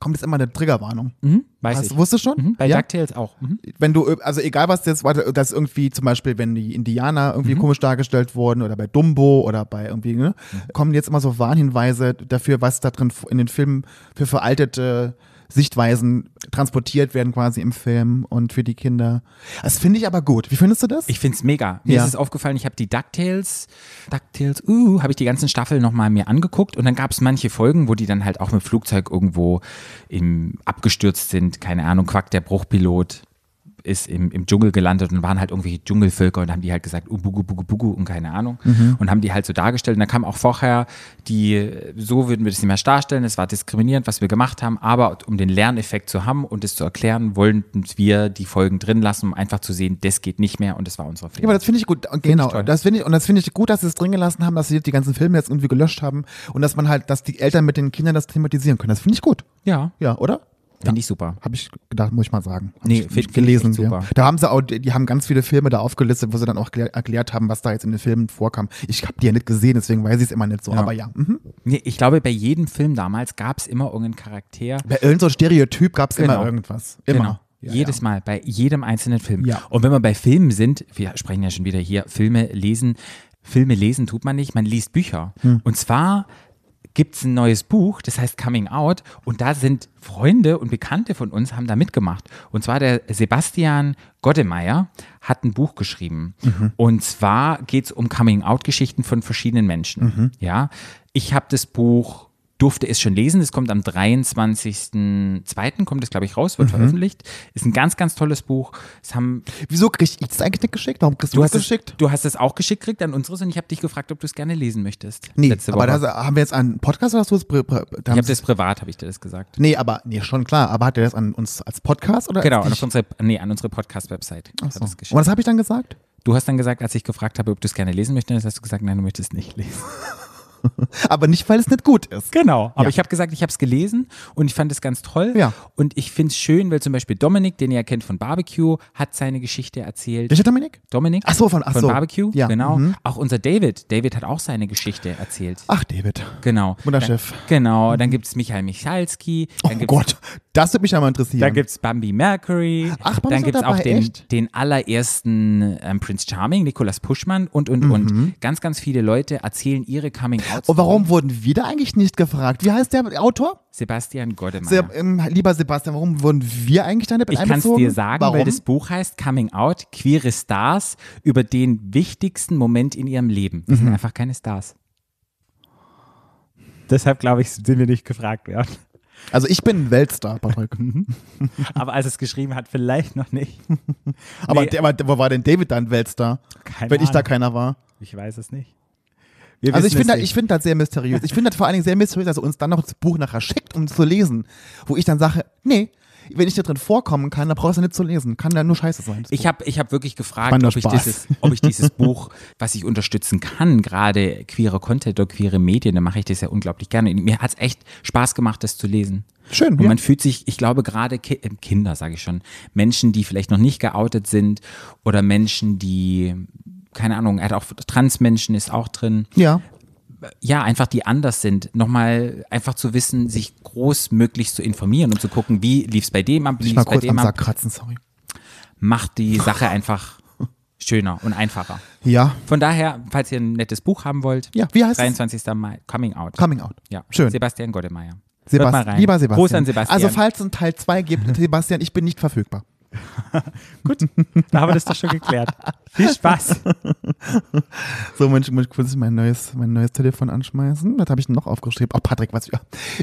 A: kommt jetzt immer eine Triggerwarnung.
B: Mhm, weiß
A: Hast,
B: ich.
A: wusstest du schon?
B: Mhm, bei
A: ja?
B: DuckTales auch. Mhm.
A: wenn du, also egal was jetzt, warte, das irgendwie zum Beispiel, wenn die Indianer irgendwie komisch dargestellt wurden oder bei Dumbo oder bei irgendwie, ne, kommen jetzt immer so Warnhinweise dafür, was da drin in den Filmen für veraltete Sichtweisen transportiert werden quasi im Film und für die Kinder. Das finde ich aber gut. Wie findest du das?
B: Ich find's mega. Mir
A: Ja.
B: ist es aufgefallen, ich habe die DuckTales, DuckTales, uh, habe ich die ganzen Staffeln nochmal mir angeguckt und dann gab's manche Folgen, wo die dann halt auch mit Flugzeug irgendwo im, abgestürzt sind, keine Ahnung, Quack, der Bruchpilot ist im, im Dschungel gelandet und waren halt irgendwelche Dschungelvölker und haben die halt gesagt, uh, bugu, bugu, bugu und keine Ahnung
A: Mhm.
B: und haben die halt so dargestellt und da kam auch vorher die, äh, so würden wir das nicht mehr darstellen, es war diskriminierend, was wir gemacht haben, aber um den Lerneffekt zu haben und es zu erklären, wollten wir die Folgen drin lassen, um einfach zu sehen, das geht nicht mehr und das war unsere
A: Ja,
B: Fehler.
A: aber das finde ich gut. genau.
B: toll.
A: das finde ich, und das finde ich gut, dass sie es drin gelassen haben, dass sie die ganzen Filme jetzt irgendwie gelöscht haben und dass man halt, dass die Eltern mit den Kindern das thematisieren können. Das finde ich gut.
B: Ja,
A: Ja, oder?
B: Finde ich super.
A: Habe ich gedacht, muss ich mal sagen. Hab
B: Nee,
A: ich
B: find- find
A: gelesen.
B: ich echt
A: ja.
B: super.
A: Da haben sie auch, die haben ganz viele Filme da aufgelistet, wo sie dann auch erklär, erklärt haben, was da jetzt in den Filmen vorkam. Ich habe die ja nicht gesehen, deswegen weiß ich es immer nicht so. Aber ja, mhm.
B: Nee, ich glaube, bei jedem Film damals gab es immer irgendeinen Charakter.
A: bei irgendeinem so Stereotyp gab es
B: Genau.
A: immer irgendwas. Immer.
B: Genau.
A: Ja,
B: Jedes
A: ja.
B: Mal, bei jedem einzelnen Film.
A: Ja.
B: Und wenn wir bei Filmen sind, wir sprechen ja schon wieder hier, Filme lesen, Filme lesen tut man nicht, man liest Bücher. Und zwar gibt es ein neues Buch, das heißt Coming Out, und da sind Freunde und Bekannte von uns haben da mitgemacht. Und zwar der Sebastian Goddemeier hat ein Buch geschrieben. Und zwar geht es um Coming-out-Geschichten von verschiedenen Menschen. Ja, ich habe das Buch durfte es schon lesen. Es kommt am 23.02. kommt es, glaube ich, raus, wird veröffentlicht. Ist ein ganz, ganz tolles Buch. Es haben,
A: Wieso krieg ich das eigentlich nicht geschickt? Warum kriegst du, das geschickt?
B: Es, du hast es auch geschickt gekriegt an unseres und ich habe dich gefragt, ob du es gerne lesen möchtest.
A: Nee,
B: letzte
A: aber
B: Woche.
A: das, haben wir jetzt einen Podcast oder hast du es? pri- pri- da
B: ich
A: haben
B: habe
A: sie-
B: das privat, habe ich dir das gesagt.
A: Nee, aber, nee, schon klar. Aber hat er das an uns als Podcast oder
B: Genau,
A: als
B: an
A: dich?
B: unsere, nee, an unsere Podcast-Website. hat
A: So.
B: das
A: Und
B: geschickt.
A: was habe ich dann gesagt?
B: Du hast dann gesagt, als ich gefragt habe, ob du es gerne lesen möchtest, hast du gesagt, nein, du möchtest nicht lesen.
A: Aber nicht, weil es nicht gut ist.
B: Genau. Aber
A: Ja.
B: ich habe gesagt, ich habe es gelesen und ich fand es ganz toll.
A: Ja.
B: Und ich finde es schön, weil zum Beispiel Dominik, den ihr ja kennt von Barbecue, hat seine Geschichte erzählt.
A: Welcher Dominik?
B: Dominik
A: Ach so, von- ach
B: von
A: so.
B: Barbecue,
A: Ja,
B: genau.
A: mhm.
B: Auch unser David, David hat auch seine Geschichte erzählt.
A: Ach, David.
B: Genau.
A: Mutterchef.
B: Dann, genau, dann gibt es Michael Michalski,
A: Oh
B: dann gibt's-
A: Gott, das würde mich ja mal interessieren.
B: Dann gibt es Bambi Mercury,
A: Ach, Bambi
B: dann
A: ist
B: gibt es
A: dabei,
B: auch den,
A: echt?
B: den allerersten ähm, Prince Charming, Nicolas Puschmann und, und, und. Ganz, ganz viele Leute erzählen ihre coming out
A: Und Mhm. Oh, warum wurden wir da eigentlich nicht gefragt? Wie heißt der Autor?
B: Ah, Sebastian Godemeyer.
A: Se ähm, lieber Sebastian, warum wurden wir eigentlich da nicht mit
B: Ich kann es
A: einbezogen?
B: dir sagen,
A: warum?
B: weil das Buch heißt Coming Out, queere Stars über den wichtigsten Moment in ihrem Leben. Wir
A: Mhm.
B: sind einfach keine Stars. Deshalb, glaube ich, sind wir nicht gefragt werden.
A: also ich bin ein Weltstar, Patrick.
B: Aber als es geschrieben hat, vielleicht noch nicht.
A: aber,
B: Nee.
A: der, aber wo war denn David dann Weltstar?
B: Keine
A: wenn ich da
B: Ahnung.
A: keiner war.
B: Ich weiß es nicht.
A: Also ich finde das, ich find das sehr mysteriös. Ich finde das vor allen Dingen sehr mysteriös, dass er uns dann noch das Buch nachher schickt, um es zu lesen. Wo ich dann sage, nee, wenn ich da drin vorkommen kann, dann brauchst du nicht zu lesen. Kann da nur scheiße sein. das
B: Ich habe ich hab wirklich gefragt,
A: War nur
B: ob ich,
A: Spaß.
B: dieses, ob ich dieses Buch, was ich unterstützen kann, gerade queere Content oder queere Medien, dann mache ich das ja unglaublich gerne. Und mir hat es echt Spaß gemacht, das zu lesen.
A: Schön,
B: Und
A: ja.
B: man fühlt sich, ich glaube, gerade Ki äh, Kinder, sage ich schon, Menschen, die vielleicht noch nicht geoutet sind oder Menschen, die, keine Ahnung, er hat auch Transmenschen ist auch drin
A: Ja.
B: ja, einfach die anders sind, nochmal einfach zu wissen, sich großmöglichst zu informieren und zu gucken, wie lief's bei dem ab,
A: Ich
B: lief's
A: mal
B: bei
A: kurz am
B: dem
A: Sack
B: ab,
A: kratzen, sorry.
B: macht die Sache einfach schöner und einfacher.
A: Ja.
B: Von daher, falls ihr ein nettes Buch haben wollt,
A: Ja, wie heißt es?
B: 23. Mai, Coming Out.
A: Coming out.
B: ja,
A: Schön.
B: Sebastian Godemeyer. Hört mal
A: Sebastian.
B: rein.
A: Lieber Sebastian.
B: Gruß an Sebastian.
A: Also falls es einen Teil 2 gibt, Sebastian, ich bin nicht verfügbar.
B: da haben wir das doch schon geklärt. Viel Spaß.
A: So, Mensch, muss ich kurz mein neues, mein neues Telefon anschmeißen. Was habe ich denn noch aufgeschrieben? Oh, Patrick, was.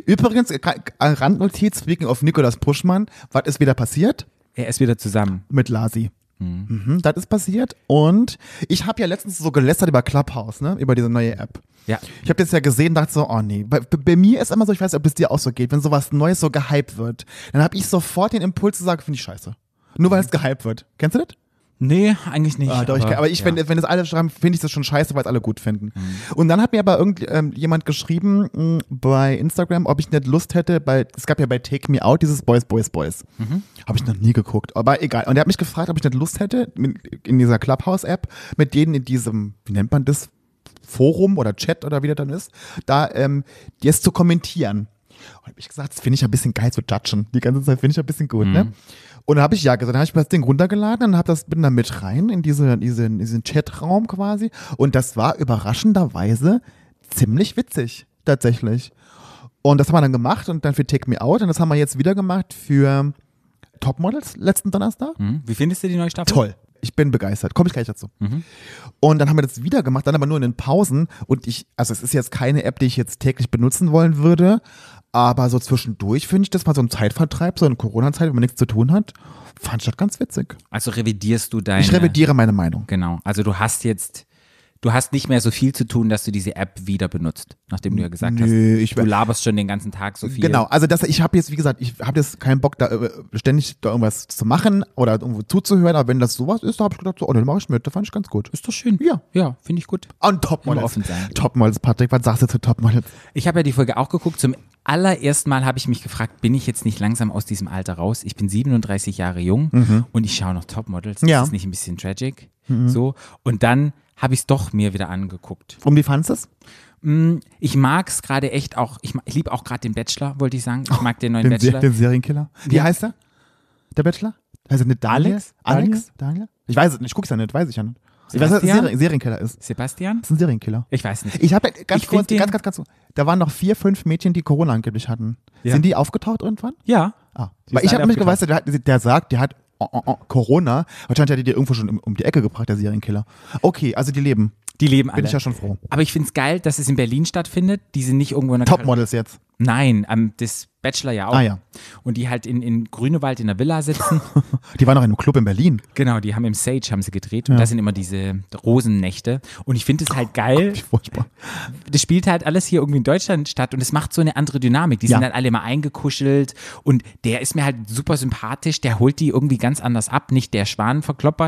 A: Übrigens, äh, Randnotiz, speaking of Nikolas Puschmann, was ist wieder passiert?
B: Er ist wieder zusammen.
A: mit Lasi. Mhm, das ist passiert und ich habe ja letztens so gelästert über Clubhouse, ne? über diese neue App.
B: Ja.
A: Ich habe das ja gesehen und dachte so, oh nee. Bei, bei mir ist immer so, ich weiß nicht, ob es dir auch so geht, wenn sowas Neues so gehypt wird, dann habe ich sofort den Impuls zu sagen, finde ich scheiße. Nur weil es gehypt wird. Kennst du das?
B: Nee, eigentlich nicht.
A: Ah, doch, ich, kann- aber ich,
B: ja. Mhm.
A: wenn, wenn das alle schreiben, finde ich das schon scheiße, weil es alle gut finden. Und dann hat mir aber irgend, ähm, jemand geschrieben mh, bei Instagram, ob ich nicht Lust hätte, bei, es gab ja bei Take Me Out dieses Boys, Boys, Boys.
B: Mhm.
A: Habe ich noch nie geguckt, aber egal. Und er hat mich gefragt, ob ich nicht Lust hätte, mit, in dieser Clubhouse-App, mit denen in diesem, wie nennt man das, Forum oder Chat oder wie der dann ist, da ähm, jetzt zu kommentieren. Und hab ich gesagt, das finde ich ein bisschen geil zu judgen. Die ganze Zeit finde ich ein bisschen gut, ne? Und dann habe ich ja gesagt, dann habe ich mir das Ding runtergeladen und hab das, bin dann mit rein in, diese, in diesen, diesen Chatraum quasi. Und das war überraschenderweise ziemlich witzig, tatsächlich. Und das haben wir dann gemacht und dann für Take Me Out und das haben wir jetzt wieder gemacht für Topmodels letzten Donnerstag.
B: Hm? Wie findest du die neue Staffel?
A: Toll. Ich bin begeistert. Komme ich gleich dazu.
B: Mhm.
A: Und dann haben wir das wieder gemacht, dann aber nur in den Pausen. Und ich, also es ist jetzt keine App, die ich jetzt täglich benutzen wollen würde. Aber so zwischendurch finde ich das mal so ein Zeitvertreib, so in Corona-Zeit, wenn man nichts zu tun hat, fand ich das ganz witzig.
B: Also revidierst du deine...
A: Ich revidiere meine Meinung.
B: Genau. Also du hast jetzt, du hast nicht mehr so viel zu tun, dass du diese App wieder benutzt, nachdem du ja gesagt
A: Nö,
B: hast,
A: ich
B: du
A: wär-
B: laberst schon den ganzen Tag so viel.
A: Genau, also das, ich habe jetzt, wie gesagt, ich habe jetzt keinen Bock, da äh, ständig da irgendwas zu machen oder irgendwo zuzuhören, aber wenn das sowas ist, da habe ich gedacht, so, oh, dann mache ich mit, das fand ich ganz gut.
B: Ist doch schön.
A: Ja.
B: Ja, finde ich gut.
A: Und Topmodels.
B: Immer offen sein.
A: Topmodels, Patrick, was sagst du zu Topmodels?
B: Ich habe ja die Folge auch geguckt. Zum allerersten Mal habe ich mich gefragt, bin ich jetzt nicht langsam aus diesem Alter raus? Ich bin 37 Jahre jung und ich schaue noch Topmodels.
A: Mhm. Ja. Mhm.
B: Ist das nicht ein bisschen tragic? So. Und dann habe ich es doch mir wieder angeguckt.
A: Um die fandst du es?
B: Ich mag es gerade echt auch, ich, ma- ich liebe auch gerade den Bachelor, wollte ich sagen. Ich mag den neuen
A: Den, Se-
B: Bachelor.
A: den Serienkiller? Wie
B: Ja.
A: heißt er? Der Bachelor? Heißt er nicht Daniel?
B: Alex?
A: Alex? Daniel? Ich weiß es nicht, ich guck's ja nicht, weiß ich ja nicht. Ich weiß, dass es ein
B: Sebastian?
A: Serien- Serienkiller ist.
B: Sebastian?
A: Das ist ein Serienkiller.
B: Ich weiß nicht.
A: Ich habe ganz
B: Ich
A: kurz,
B: find den-
A: ganz, ganz, ganz, kurz. da waren noch vier, fünf Mädchen, die Corona angeblich hatten.
B: Ja.
A: Sind die aufgetaucht irgendwann?
B: ja.
A: Ah,
B: Die
A: weil
B: ist
A: ich habe
B: alle
A: mich gewusst, der, hat- der sagt, der hat oh, oh, oh, Corona. Wahrscheinlich hat die dir irgendwo schon um, um die Ecke gebracht, der Serienkiller. Okay, also die leben.
B: Die leben alle.
A: ich ja schon froh.
B: Aber ich finde es geil, dass es in Berlin stattfindet. Die sind nicht irgendwo in der
A: Topmodels jetzt.
B: Nein, am, das Bachelor ja auch.
A: Ah, ja.
B: Und die halt in, in Grünewald in der Villa sitzen.
A: Die waren noch in einem Club in Berlin.
B: Genau, die haben im Sage haben sie gedreht und da sind immer diese Rosennächte und ich finde es
A: Oh
B: halt geil.
A: Wie furchtbar.
B: Das spielt halt alles hier irgendwie in Deutschland statt und es macht so eine andere Dynamik. Die
A: Ja.
B: sind halt alle immer eingekuschelt und der ist mir halt super sympathisch, der holt die irgendwie ganz anders ab, nicht der Schwanenverklopper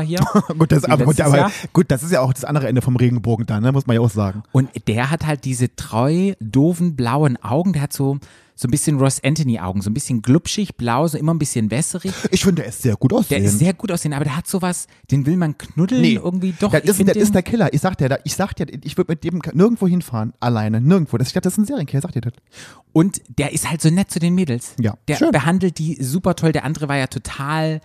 B: hier.
A: Gut das,
B: wie
A: aber, gut,
B: letztes
A: aber
B: Jahr.
A: gut, das ist ja auch das andere Ende vom Regenbogen da, ne? muss man ja auch sagen.
B: Und der hat halt diese treu doofen blauen Augen, der hat so so ein bisschen Ross Anthony Augen, so ein bisschen glubschig blau, so immer ein bisschen wässerig.
A: Ich finde, der ist sehr gut
B: Der
A: aussehen.
B: ist sehr gut aussehen, aber der hat sowas, den will man knuddeln irgendwie doch.
A: Das
B: ich
A: ist,
B: find
A: das
B: den-
A: ist der Killer. Ich sag dir, da- ich sag dir, ich würde mit dem nirgendwo hinfahren, alleine, nirgendwo. Das, ich glaube, das ist ein Serienkiller, sag dir das.
B: Und der ist halt so nett zu den Mädels.
A: Ja,
B: Der
A: schön.
B: behandelt die super toll. Der andere war ja total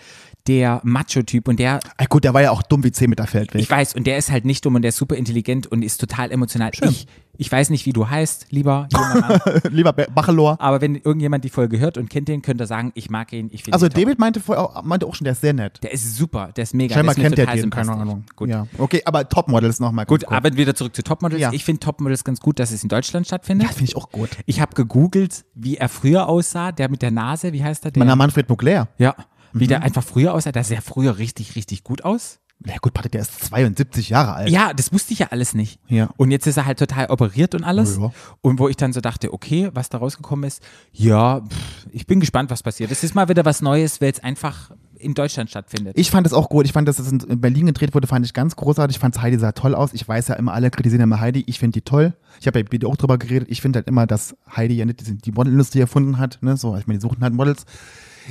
B: der Macho-Typ und der,
A: Ah, gut, der war ja auch dumm wie 10 Meter Feldweg.
B: ich weiß, und der ist halt nicht dumm und der ist super intelligent und ist total emotional. Ich, ich weiß nicht, wie du heißt, lieber junger Mann.
A: Lieber Be- Bachelor.
B: Aber wenn irgendjemand die Folge hört und kennt den, könnt ihr sagen, ich mag ihn, ich finde
A: Also
B: ihn toll.
A: David meinte, vorher, auch- meinte auch schon, der ist sehr nett.
B: Der ist super, der ist mega.
A: Scheinbar
B: der ist mir
A: kennt er
B: total
A: den,
B: sympathisch.
A: keine Ahnung.
B: Gut.
A: Ja. Okay, aber Topmodels nochmal.
B: Gut, aber wieder zurück zu Topmodels.
A: Ja.
B: Ich finde Topmodels ganz gut, dass es in Deutschland stattfindet.
A: Ja, finde ich auch gut.
B: Ich habe gegoogelt, wie er früher aussah, der mit der Nase, wie heißt er? Der?
A: Mein Name Manfred Mugler.
B: Ja. Wie
A: Mhm.
B: der einfach früher aussah, der sah früher richtig, richtig gut aus.
A: Ja gut, Patrick, der ist 72 Jahre alt.
B: Ja, das wusste ich ja alles nicht.
A: Also Ja.
B: Und jetzt ist er halt total operiert und alles.
A: Ja.
B: Und wo ich dann so dachte, okay, was da rausgekommen ist, ja, pff, ich bin gespannt, was passiert. Es ist mal wieder was Neues, weil es einfach in Deutschland stattfindet.
A: Ich fand es auch gut. Ich fand, dass es in- in Berlin gedreht wurde, fand ich ganz großartig. Ich fand Heidi sah toll aus. Ich weiß ja immer, alle kritisieren immer Heidi. Ich finde die toll. Ich habe ja mit dir auch drüber geredet. Ich finde halt immer, dass Heidi ja nicht diese- die Modelindustrie erfunden hat. Ne? So, ich meine, die suchen halt Models.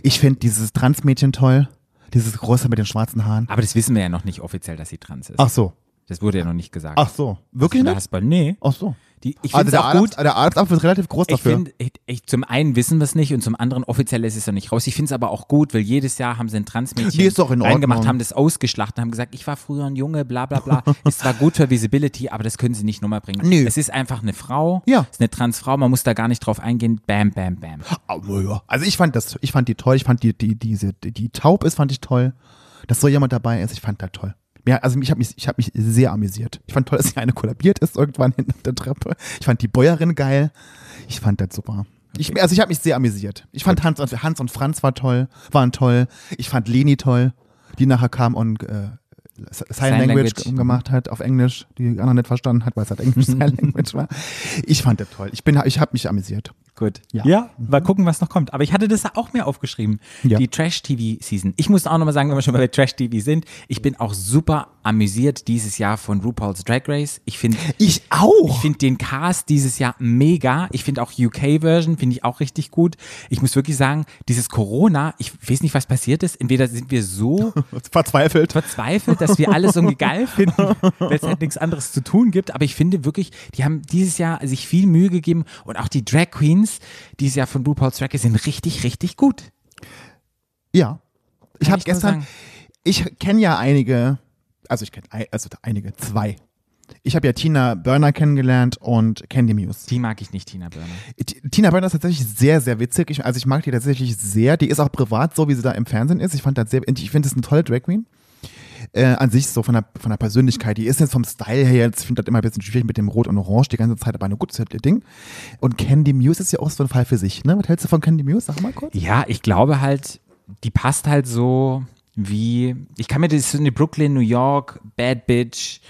A: Ich finde dieses Transmädchen toll. Dieses große mit den schwarzen Haaren.
B: Aber das wissen wir ja noch nicht offiziell, dass sie trans ist.
A: Ach so.
B: Das wurde ja noch nicht gesagt.
A: Ach ne? so. Wirklich
B: Also Da
A: nicht?
B: hast du- nee.
A: Ach so.
B: Die, ich
A: also
B: finde es
A: der
B: auch gut.
A: Arzt, der Arztapfel ist relativ groß
B: Ich
A: dafür.
B: finde, ich- ich- zum einen wissen wir es nicht und zum anderen offiziell ist es ja nicht raus. Ich finde es aber auch gut, weil jedes Jahr haben sie ein Transmädchen
A: Nee, ist doch in Ordnung.
B: reingemacht, haben das ausgeschlachtet, haben gesagt, ich war früher ein Junge, bla bla bla. ist zwar gut für Visibility, aber das können sie nicht nochmal bringen.
A: Nö.
B: Es ist einfach eine Frau,
A: Ja.
B: es ist eine Transfrau, man muss da gar nicht drauf eingehen. Bam, bam, bam.
A: Aber ja. Also ich fand das, ich fand die toll, ich fand die, die, diese, die, die taub ist, fand ich toll. Dass so jemand dabei ist, ich fand das toll. Ja, also ich habe mich, ich hab mich sehr amüsiert. Ich fand toll, dass die eine kollabiert ist irgendwann hinter der Treppe. Ich fand die Bäuerin geil. Ich fand das super. Ich, also ich habe mich sehr amüsiert. Ich fand Hans und, Hans und Franz war toll, waren toll. Ich fand Leni toll, die nachher kam und äh, Sign, Language,
B: Language.
A: gemacht hat auf Englisch, die anderen nicht verstanden hat, weil es halt Englisch Sign Language war. Ich fand das toll. Ich bin, ich habe mich amüsiert.
B: Gut.
A: Ja.
B: Ja, mal gucken, was noch kommt. Aber ich hatte das auch mir aufgeschrieben.
A: Ja.
B: Die Trash-TV-Season. Ich muss auch nochmal sagen, wenn wir schon mal bei Trash-TV sind, ich bin auch super amüsiert dieses Jahr von RuPaul's Drag Race. Ich finde
A: Ich auch.
B: Ich finde den Cast dieses Jahr mega. Ich finde auch UK-Version, finde ich auch richtig gut. Ich muss wirklich sagen, dieses Corona, ich weiß nicht, was passiert ist. Entweder sind wir so
A: Verzweifelt.
B: verzweifelt, dass wir alles irgendwie geil finden, weil es halt nichts anderes zu tun gibt. Aber ich finde wirklich, die haben dieses Jahr sich viel Mühe gegeben und auch die Drag Queens dieses Jahr von RuPaul's Drag Race sind richtig, richtig gut.
A: Ja. Ich
B: Kann
A: habe
B: ich nur
A: gestern,
B: sagen.
A: ich kenne ja einige, also ich kenne ein, also einige, zwei. Ich habe ja Tina Burner kennengelernt und Candy Muse.
B: Die mag ich nicht, Tina Burner.
A: T- Tina Burner ist tatsächlich sehr, sehr witzig. Ich, also ich mag die tatsächlich sehr. Die ist auch privat so, wie sie da im Fernsehen ist. Ich fand das sehr, ich finde das eine tolle Drag Queen. Äh, an sich so von der, von der Persönlichkeit. Die ist jetzt vom Style her jetzt, ich finde das immer ein bisschen schwierig mit dem Rot und Orange die ganze Zeit, aber eine gute Ding. Und Candy Muse ist ja auch so ein Fall für sich, ne? Was hältst du von Candy Muse? Sag mal kurz.
B: Ja, ich glaube halt, die passt halt so wie, ich kann mir das so eine Brooklyn, New York, Bad Bitch,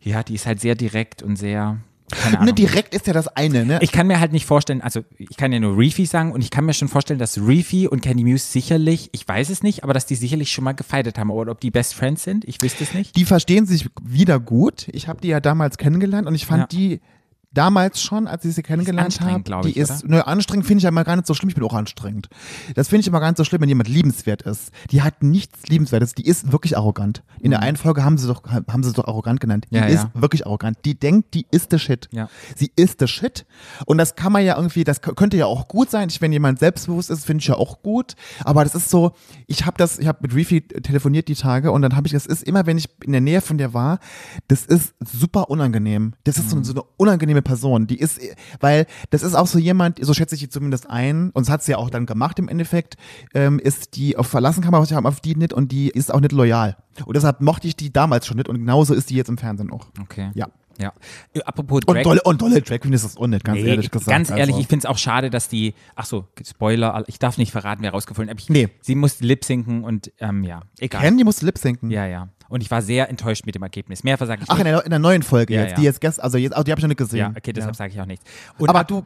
B: Ja, die ist halt sehr direkt und sehr. Keine
A: Ne,
B: Ahnung.
A: direkt ist ja das eine, ne?
B: Ich kann mir halt nicht vorstellen, also ich kann ja nur Reefy sagen und ich kann mir schon vorstellen, dass Reefy und Candy Muse sicherlich, ich weiß es nicht, aber dass die sicherlich schon mal gefeitet haben. Aber ob die Best Friends sind, ich wüsste es nicht.
A: die verstehen sich wieder gut. Ich habe die ja damals kennengelernt und ich fand
B: Ja.
A: die damals schon, als ich sie kennengelernt
B: anstrengend,
A: habe,
B: glaub
A: die
B: ich,
A: ist, ne, anstrengend finde ich ja mal gar nicht so schlimm. Ich bin auch anstrengend. Das finde ich immer gar nicht so schlimm, wenn jemand liebenswert ist. Die hat nichts Liebenswertes. Die ist wirklich arrogant. In der einen Folge haben sie doch, haben sie es doch arrogant genannt. Die
B: Mhm. Ja,
A: ist
B: ja.
A: wirklich arrogant. Die denkt, die ist der Shit.
B: Ja.
A: Sie ist der Shit. Und das kann man ja irgendwie, das k- könnte ja auch gut sein. Ich, wenn jemand selbstbewusst ist, finde ich ja auch gut. Aber das ist so, ich habe das, ich habe mit Reefy telefoniert die Tage und dann habe ich, das ist immer, wenn ich in der Nähe von der war, das ist super unangenehm. Das ist so, so eine unangenehme Person. Die ist, weil das ist auch so jemand, so schätze ich die zumindest ein, und das hat sie ja auch dann gemacht im Endeffekt, ähm, ist die auf verlassen kann man sich auf die nicht und die ist auch nicht loyal. Und deshalb mochte ich die damals schon nicht und genauso ist die jetzt im Fernsehen auch.
B: Okay.
A: Ja.
B: Ja. Äh, Apropos
A: Und
B: Drag
A: dolle, und dolle Drag Queen ist das auch nicht, ganz
B: Nee,
A: ehrlich gesagt.
B: Ganz ehrlich,
A: also.
B: ich finde es auch schade, dass die. Ach so, Spoiler, ich darf nicht verraten, wer rausgefunden hat. aber Ich,
A: Nee.
B: Sie musste lip sinken und ähm, ja, egal.
A: Candy muss Lip sinken.
B: Ja, ja. Und ich war sehr enttäuscht mit dem Ergebnis. Mehr versage ich
A: Ach, in
B: nicht.
A: der, in der neuen Folge
B: Ja,
A: jetzt,
B: ja.
A: die jetzt gestern, also jetzt, oh, die habe ich noch nicht gesehen.
B: Ja, okay, deshalb sage ich auch nichts. Und
A: aber
B: ab-
A: du,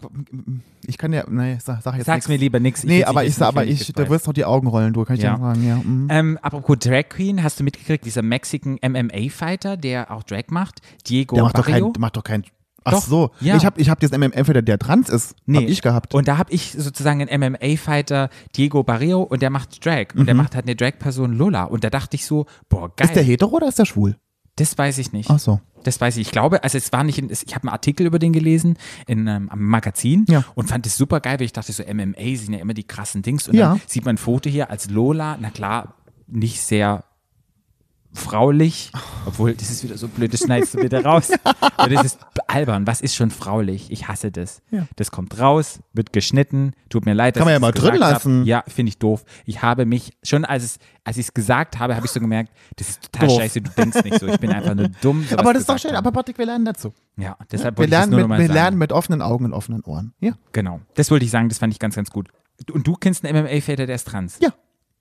A: ich kann ja, nee, sag, sag jetzt
B: sag's
A: nichts.
B: mir lieber nichts.
A: Nee, aber ich, sag, aber ich,
B: da
A: da wirst du die Augen rollen, du, kann ich
B: Ja.
A: dir sagen, ja. mhm.
B: Ähm, apropos Drag Queen, hast du mitgekriegt, dieser Mexican MMA-Fighter, der auch Drag macht, Diego
A: Der macht doch
B: Oh, Barrio?
A: kein, macht doch kein, ach
B: Doch,
A: so.
B: ja.
A: Ich habe ich hab diesen MMF wieder, der trans ist,
B: Nee. Oh,
A: hab ich gehabt.
B: Und da habe ich sozusagen einen MMA-Fighter, Diego Barrio, und der macht Drag. Und der macht halt eine Drag-Person Lola. Und da dachte ich so, boah, geil.
A: Mhm. ist der hetero oder ist der schwul?
B: das weiß ich nicht.
A: Ach so.
B: Das weiß ich. Ich glaube, also es war nicht, in, es- ich habe einen Artikel über den gelesen in einem am Magazin
A: Ja.
B: und fand es super geil, weil ich dachte so, MMA sind ja immer die krassen Dings. Und
A: Ja.
B: dann sieht man ein Foto hier als Lola, na klar, nicht sehr fraulich, obwohl das ist wieder so blöd, das schneidest du bitte raus. Aber das ist albern. Was ist schon fraulich? Ich hasse das.
A: Ja.
B: Das kommt raus, wird geschnitten. Tut mir leid, dass
A: Kann man
B: ich
A: ja mal
B: das
A: drin
B: gesagt
A: lassen.
B: Hab. Ja, finde ich doof. Ich habe mich schon als es als ich es gesagt habe, habe ich so gemerkt, das ist total
A: Doof.
B: scheiße. Du denkst nicht so. Ich bin einfach nur dumm. sowas
A: Aber das ist doch
B: gesagt
A: schön,
B: haben.
A: aber Patrick, wir lernen dazu.
B: Ja, deshalb
A: Wir
B: wollte ich das
A: lernen,
B: nur
A: mit,
B: nochmal
A: wir
B: sagen.
A: lernen mit offenen Augen und offenen Ohren. Ja.
B: Genau. Das wollte ich sagen, das fand ich ganz, ganz gut. Und du kennst einen MMA-Väter, der ist trans?
A: Ja.